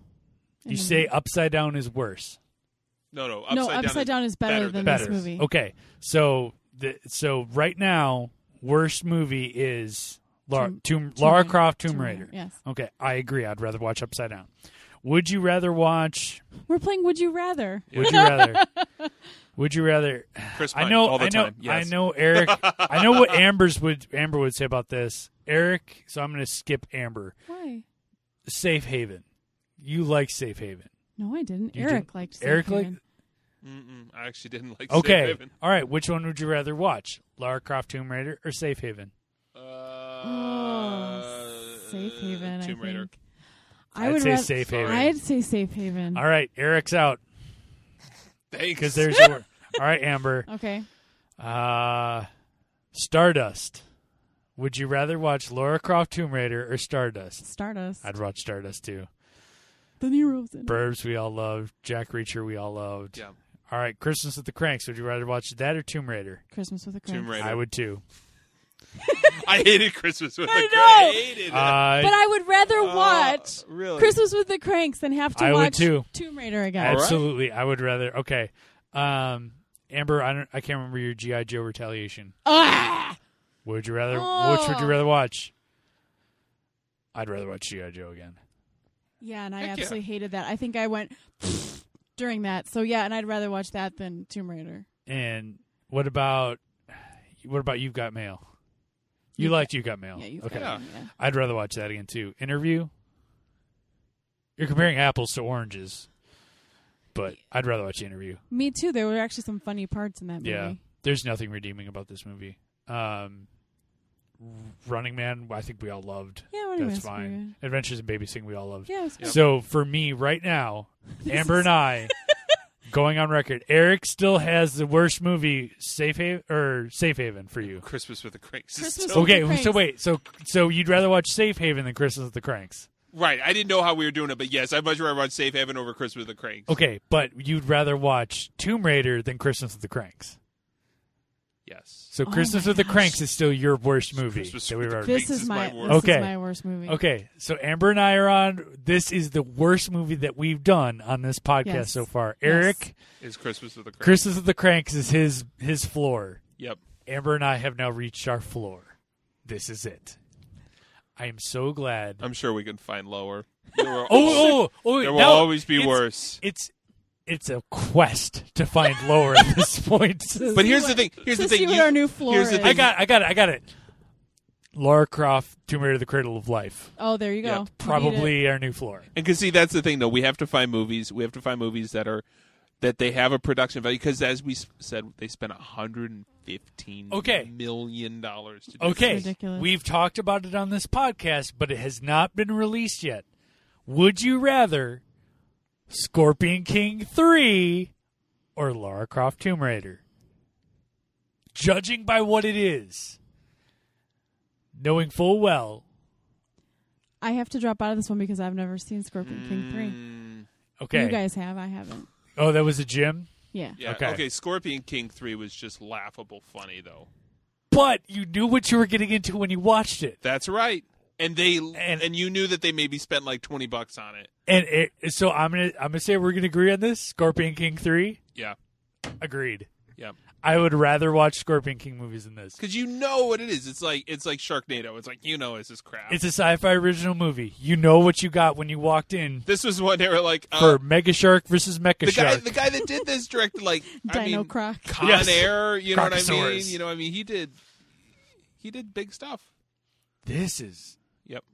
[SPEAKER 1] You say Upside Down is worse.
[SPEAKER 2] no, no. Upside
[SPEAKER 3] no. Upside
[SPEAKER 2] down,
[SPEAKER 3] down is better, than
[SPEAKER 2] than
[SPEAKER 3] this
[SPEAKER 1] Better.
[SPEAKER 3] movie.
[SPEAKER 1] Okay, so the, so right now worst movie is Lara,
[SPEAKER 3] Tomb-
[SPEAKER 1] Tomb,
[SPEAKER 3] Tomb
[SPEAKER 1] Lara
[SPEAKER 3] Raider.
[SPEAKER 1] Croft Tomb,
[SPEAKER 3] Tomb
[SPEAKER 1] Raider.
[SPEAKER 3] Raider, yes.
[SPEAKER 1] Okay, I agree. I'd rather watch Upside Down. Would you rather watch?
[SPEAKER 3] We're playing Would You Rather.
[SPEAKER 1] Would you
[SPEAKER 2] <laughs>
[SPEAKER 1] rather? would you rather?
[SPEAKER 2] Chris
[SPEAKER 1] I
[SPEAKER 2] Pine
[SPEAKER 1] know.
[SPEAKER 2] all the
[SPEAKER 1] I know.
[SPEAKER 2] time. Yes.
[SPEAKER 1] I know Eric. I know
[SPEAKER 2] <laughs>
[SPEAKER 1] what Amber's would Amber would say about this. Eric. So I'm going to skip Amber.
[SPEAKER 3] Why?
[SPEAKER 1] Safe Haven. You like Safe Haven.
[SPEAKER 3] No, I didn't.
[SPEAKER 1] You
[SPEAKER 3] Eric
[SPEAKER 1] didn't-
[SPEAKER 3] liked. Safe
[SPEAKER 1] Eric liked-
[SPEAKER 3] Haven.
[SPEAKER 2] Mm-mm, I actually didn't like.
[SPEAKER 1] Okay.
[SPEAKER 2] Safe Haven.
[SPEAKER 1] All right. Which one would you rather watch? Lara Croft Tomb Raider or Safe Haven?
[SPEAKER 2] Uh,
[SPEAKER 3] Oh, Safe Haven.
[SPEAKER 2] Tomb
[SPEAKER 3] I
[SPEAKER 2] Raider.
[SPEAKER 3] think. I
[SPEAKER 1] I'd
[SPEAKER 3] would
[SPEAKER 1] say
[SPEAKER 3] rath-
[SPEAKER 1] Safe Haven.
[SPEAKER 3] I'd say Safe Haven.
[SPEAKER 1] All right. Eric's out
[SPEAKER 2] Thanks.
[SPEAKER 1] because
[SPEAKER 3] <laughs>
[SPEAKER 1] there's your. All right, Amber.
[SPEAKER 3] Okay.
[SPEAKER 1] Uh, Stardust. Would you rather watch Lara Croft Tomb Raider or Stardust?
[SPEAKER 3] Stardust.
[SPEAKER 1] I'd watch Stardust too.
[SPEAKER 3] the new rules. in it.
[SPEAKER 1] Burbs we all loved. Jack Reacher we all loved.
[SPEAKER 2] <laughs> yeah.
[SPEAKER 1] All right, Christmas with the Cranks. Would you rather watch that or Tomb Raider?
[SPEAKER 3] Christmas with a Crank.
[SPEAKER 2] Tomb Raider.
[SPEAKER 1] I would too.
[SPEAKER 2] I hated Christmas with
[SPEAKER 3] I
[SPEAKER 2] the
[SPEAKER 3] know.
[SPEAKER 2] Cranks. I hated it.
[SPEAKER 1] Uh,
[SPEAKER 3] But I would rather
[SPEAKER 2] Uh,
[SPEAKER 3] watch
[SPEAKER 2] really?
[SPEAKER 3] Christmas with the Cranks than have to
[SPEAKER 1] I would
[SPEAKER 3] watch
[SPEAKER 1] too.
[SPEAKER 3] Tomb Raider again.
[SPEAKER 2] All right.
[SPEAKER 1] absolutely. I would rather. Okay, um, Amber. I don't. I can't remember your GI Joe retaliation.
[SPEAKER 3] Ah!
[SPEAKER 1] Would you rather? Which would you
[SPEAKER 3] Oh.
[SPEAKER 1] rather watch? I'd rather watch GI Joe again.
[SPEAKER 3] Yeah, and I
[SPEAKER 2] Heck yeah.
[SPEAKER 3] absolutely hated that. I think I went <laughs> during that. So yeah, and I'd rather watch that than Tomb Raider.
[SPEAKER 1] And what about? What about you've got mail? You
[SPEAKER 3] You've
[SPEAKER 1] liked you got mail.
[SPEAKER 3] Yeah, you
[SPEAKER 1] okay.
[SPEAKER 2] Mail.
[SPEAKER 3] got it, yeah.
[SPEAKER 1] I'd rather watch that again too. Interview. You're comparing apples to oranges, but I'd rather watch the interview.
[SPEAKER 3] Me too. There were actually some funny parts in that movie.
[SPEAKER 1] Yeah, there's nothing redeeming about this movie. Um, Running Man, I think we all loved.
[SPEAKER 3] Yeah, Running
[SPEAKER 1] That's
[SPEAKER 3] Man's
[SPEAKER 1] fine.
[SPEAKER 3] pretty
[SPEAKER 1] Adventures in Babysitting, we all loved.
[SPEAKER 3] Yeah, it was fun.
[SPEAKER 1] So for me right
[SPEAKER 3] <laughs>
[SPEAKER 1] now, Amber and I going on record. Eric still has the worst movie, Safe Haven or Safe Haven for you.
[SPEAKER 2] Christmas with the Cranks. is
[SPEAKER 3] Christmas-
[SPEAKER 2] still-
[SPEAKER 1] Okay,
[SPEAKER 3] Cranks.
[SPEAKER 1] so wait, so so you'd rather watch Safe Haven than Christmas with the Cranks?
[SPEAKER 2] right. I didn't know how we were doing it, but yes, I'd much rather watch Safe Haven over Christmas with the Cranks.
[SPEAKER 1] Okay, but you'd rather watch Tomb Raider than Christmas with the Cranks.
[SPEAKER 2] Yes.
[SPEAKER 1] So
[SPEAKER 3] Oh
[SPEAKER 1] Christmas
[SPEAKER 3] my
[SPEAKER 1] with the
[SPEAKER 3] gosh.
[SPEAKER 1] Cranks is still your worst movie
[SPEAKER 2] Christmas
[SPEAKER 1] that
[SPEAKER 2] with
[SPEAKER 1] we've
[SPEAKER 2] the
[SPEAKER 1] ever.
[SPEAKER 3] This
[SPEAKER 2] Cranks
[SPEAKER 3] is
[SPEAKER 2] is
[SPEAKER 3] my
[SPEAKER 2] my
[SPEAKER 3] this
[SPEAKER 2] worst.
[SPEAKER 1] Okay.
[SPEAKER 3] is my worst movie.
[SPEAKER 1] Okay, so Amber and I are on. This is the worst movie that we've done on this podcast
[SPEAKER 3] Yes.
[SPEAKER 1] so far.
[SPEAKER 3] Yes.
[SPEAKER 1] Eric,
[SPEAKER 2] Is Christmas with the Cranks.
[SPEAKER 1] Christmas with the Cranks is his his floor.
[SPEAKER 2] Yep.
[SPEAKER 1] Amber and I have now reached our floor. This is it. I am so glad.
[SPEAKER 2] I'm sure we can find lower. There <laughs> were
[SPEAKER 1] oh, oh, oh,
[SPEAKER 2] Um, there will
[SPEAKER 1] now
[SPEAKER 2] always be
[SPEAKER 1] it's-
[SPEAKER 2] worse.
[SPEAKER 1] It's it's a quest to find lower at this <laughs> point.
[SPEAKER 2] But here's
[SPEAKER 3] what-
[SPEAKER 2] the thing. Here's
[SPEAKER 3] to
[SPEAKER 2] the thing.
[SPEAKER 3] see what
[SPEAKER 2] you-
[SPEAKER 3] our new floor
[SPEAKER 2] here's the
[SPEAKER 3] is.
[SPEAKER 2] thing.
[SPEAKER 1] I got, I got it, I got it. Lara Croft, Tomb Raider: The Cradle of Life,
[SPEAKER 3] Oh, there you go.
[SPEAKER 2] Yeah,
[SPEAKER 3] You need it.
[SPEAKER 1] probably our new floor.
[SPEAKER 2] And because see, that's the thing, though. We have to find movies. We have to find movies that are that they have a production value. Because as we s- said, they spent 115
[SPEAKER 1] Okay.
[SPEAKER 2] million dollars. To do
[SPEAKER 1] Okay,
[SPEAKER 2] this.
[SPEAKER 3] ridiculous.
[SPEAKER 1] we've talked about it on this podcast, but it has not been released yet. Would you rather Scorpion King three or Lara Croft Tomb Raider? Judging by what it is, knowing full well.
[SPEAKER 3] I have to drop out of this one because I've never seen Scorpion King three.
[SPEAKER 1] Okay.
[SPEAKER 3] You guys have. I haven't.
[SPEAKER 1] oh, that was a gym.
[SPEAKER 3] Yeah.
[SPEAKER 2] Yeah.
[SPEAKER 1] Okay.
[SPEAKER 2] Okay. Scorpion King three was just laughable funny though.
[SPEAKER 1] But you knew what you were getting into when you watched it.
[SPEAKER 2] That's right. And they and,
[SPEAKER 1] And-
[SPEAKER 2] you knew that they maybe spent like 20 bucks on it.
[SPEAKER 1] And it, so I'm gonna I'm gonna say we're gonna agree on this. Scorpion King three,
[SPEAKER 2] Yeah.
[SPEAKER 1] agreed.
[SPEAKER 2] Yeah.
[SPEAKER 1] I would rather watch Scorpion King movies than this.
[SPEAKER 2] Cuz you know what it is. It's like it's like Sharknado. It's like you know it's this crap.
[SPEAKER 1] It's a sci-fi original movie. You know what you got when you walked in
[SPEAKER 2] this was one they were like uh,
[SPEAKER 1] for Mega Shark versus Mecha
[SPEAKER 2] the guy
[SPEAKER 1] Shark.
[SPEAKER 2] the guy that did this directed like I
[SPEAKER 3] Dino
[SPEAKER 2] mean
[SPEAKER 3] Croc.
[SPEAKER 2] Con
[SPEAKER 1] Yes.
[SPEAKER 2] Air, you know what I mean?
[SPEAKER 1] Crocosaurus.
[SPEAKER 2] You know what I mean? He did he did big stuff.
[SPEAKER 1] this is
[SPEAKER 2] Yep.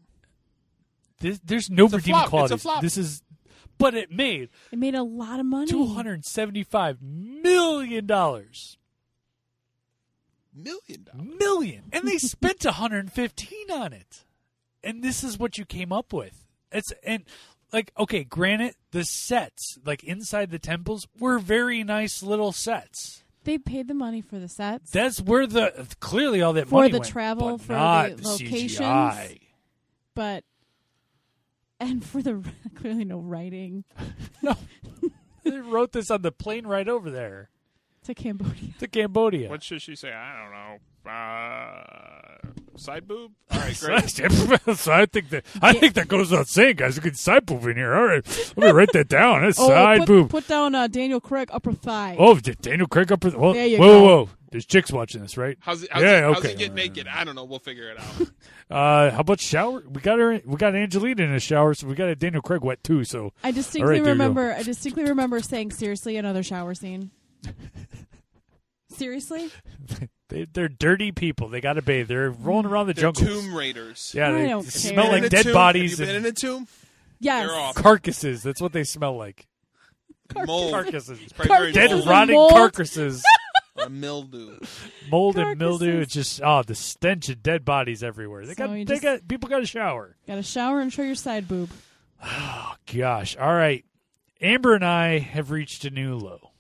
[SPEAKER 1] this, there's no
[SPEAKER 2] a
[SPEAKER 1] redeeming
[SPEAKER 2] flop. It's a
[SPEAKER 1] qualities.
[SPEAKER 2] flop.
[SPEAKER 1] This is, but it made
[SPEAKER 3] It made a lot of money.
[SPEAKER 1] two hundred seventy-five million dollars,
[SPEAKER 2] Million dollars.
[SPEAKER 1] million, and
[SPEAKER 2] <laughs>
[SPEAKER 1] they spent one hundred fifteen on it. And this is what you came up with. It's and like okay, granted, the sets like inside the temples were very nice little sets.
[SPEAKER 3] They paid the money for the sets.
[SPEAKER 1] That's where the clearly all that
[SPEAKER 3] For
[SPEAKER 1] money
[SPEAKER 3] the
[SPEAKER 1] went,
[SPEAKER 3] travel,
[SPEAKER 1] but
[SPEAKER 3] for
[SPEAKER 1] not
[SPEAKER 3] the
[SPEAKER 1] the
[SPEAKER 3] locations.
[SPEAKER 1] CGI.
[SPEAKER 3] but and for the <laughs> clearly no writing
[SPEAKER 1] No. they wrote this on the plane right over there
[SPEAKER 3] to Cambodia.
[SPEAKER 1] to Cambodia.
[SPEAKER 2] What should she say? I don't know. Uh,
[SPEAKER 1] <laughs>
[SPEAKER 2] side boob? All right, great.
[SPEAKER 1] so I think that I think that goes without saying, guys. Look at side boob in here. All right, let me write that down. That's
[SPEAKER 3] <laughs> Oh,
[SPEAKER 1] side
[SPEAKER 3] put,
[SPEAKER 1] boob.
[SPEAKER 3] Put down uh, Daniel Craig upper thigh.
[SPEAKER 1] Oh, did Daniel Craig up. with- Whoa,
[SPEAKER 3] There you
[SPEAKER 1] whoa,
[SPEAKER 3] go.
[SPEAKER 1] whoa! There's chicks watching this, right?
[SPEAKER 2] How's it, how's
[SPEAKER 1] Yeah,
[SPEAKER 2] it, how's
[SPEAKER 1] okay.
[SPEAKER 2] it get naked? I don't know. We'll figure
[SPEAKER 1] <laughs>
[SPEAKER 2] it out.
[SPEAKER 1] Uh, how about shower? We got her. We got Angelina in a shower, so we got a Daniel Craig wet too. So
[SPEAKER 3] I distinctly
[SPEAKER 1] All right, there you go.
[SPEAKER 3] remember. I distinctly remember saying, "Seriously, another
[SPEAKER 1] <laughs>
[SPEAKER 3] shower scene." Seriously,
[SPEAKER 1] they, they're dirty people. They got to bathe. They're rolling around the
[SPEAKER 2] They're
[SPEAKER 1] jungle.
[SPEAKER 2] tomb raiders.
[SPEAKER 1] Yeah,
[SPEAKER 3] I
[SPEAKER 1] they
[SPEAKER 3] don't
[SPEAKER 1] smell
[SPEAKER 3] care.
[SPEAKER 2] Been in
[SPEAKER 1] like
[SPEAKER 2] a
[SPEAKER 1] dead
[SPEAKER 2] tomb?
[SPEAKER 1] bodies
[SPEAKER 2] Have you been
[SPEAKER 1] and
[SPEAKER 2] in a tomb?
[SPEAKER 3] yes.
[SPEAKER 2] They're off.
[SPEAKER 1] carcasses. That's what they smell like.
[SPEAKER 2] Mold.
[SPEAKER 1] Carcasses.
[SPEAKER 2] Probably very
[SPEAKER 1] Dead
[SPEAKER 3] <laughs> Carcasses.
[SPEAKER 2] mold.
[SPEAKER 1] rotting
[SPEAKER 3] mold.
[SPEAKER 1] carcasses,
[SPEAKER 2] A mildew.
[SPEAKER 1] mold and mildew.
[SPEAKER 3] Carcasses.
[SPEAKER 1] It's just oh, the stench of dead bodies everywhere. They
[SPEAKER 3] So
[SPEAKER 1] got,
[SPEAKER 3] you
[SPEAKER 1] they
[SPEAKER 3] just-
[SPEAKER 1] got people got to shower.
[SPEAKER 3] Got to shower and show your side boob.
[SPEAKER 1] Oh gosh. All right, Amber and I have reached a new low.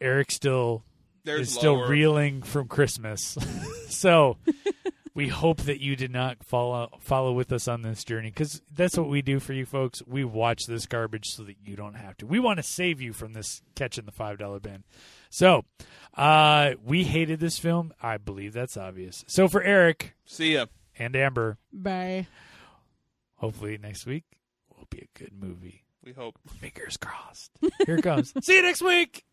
[SPEAKER 1] Eric still
[SPEAKER 2] There's
[SPEAKER 1] is still
[SPEAKER 2] lower.
[SPEAKER 1] reeling from Christmas. <laughs> so we hope that you did not follow follow with us on this journey because that's what we do for you folks. We watch this garbage so that you don't have to. We want to save you from this catching the five dollar bin. So uh, we hated this film. I believe that's obvious. So for Eric
[SPEAKER 2] See ya.
[SPEAKER 1] and Amber,
[SPEAKER 3] Bye.
[SPEAKER 1] hopefully next week will be a good movie.
[SPEAKER 2] We hope.
[SPEAKER 1] Fingers crossed. Here it comes. See you next week.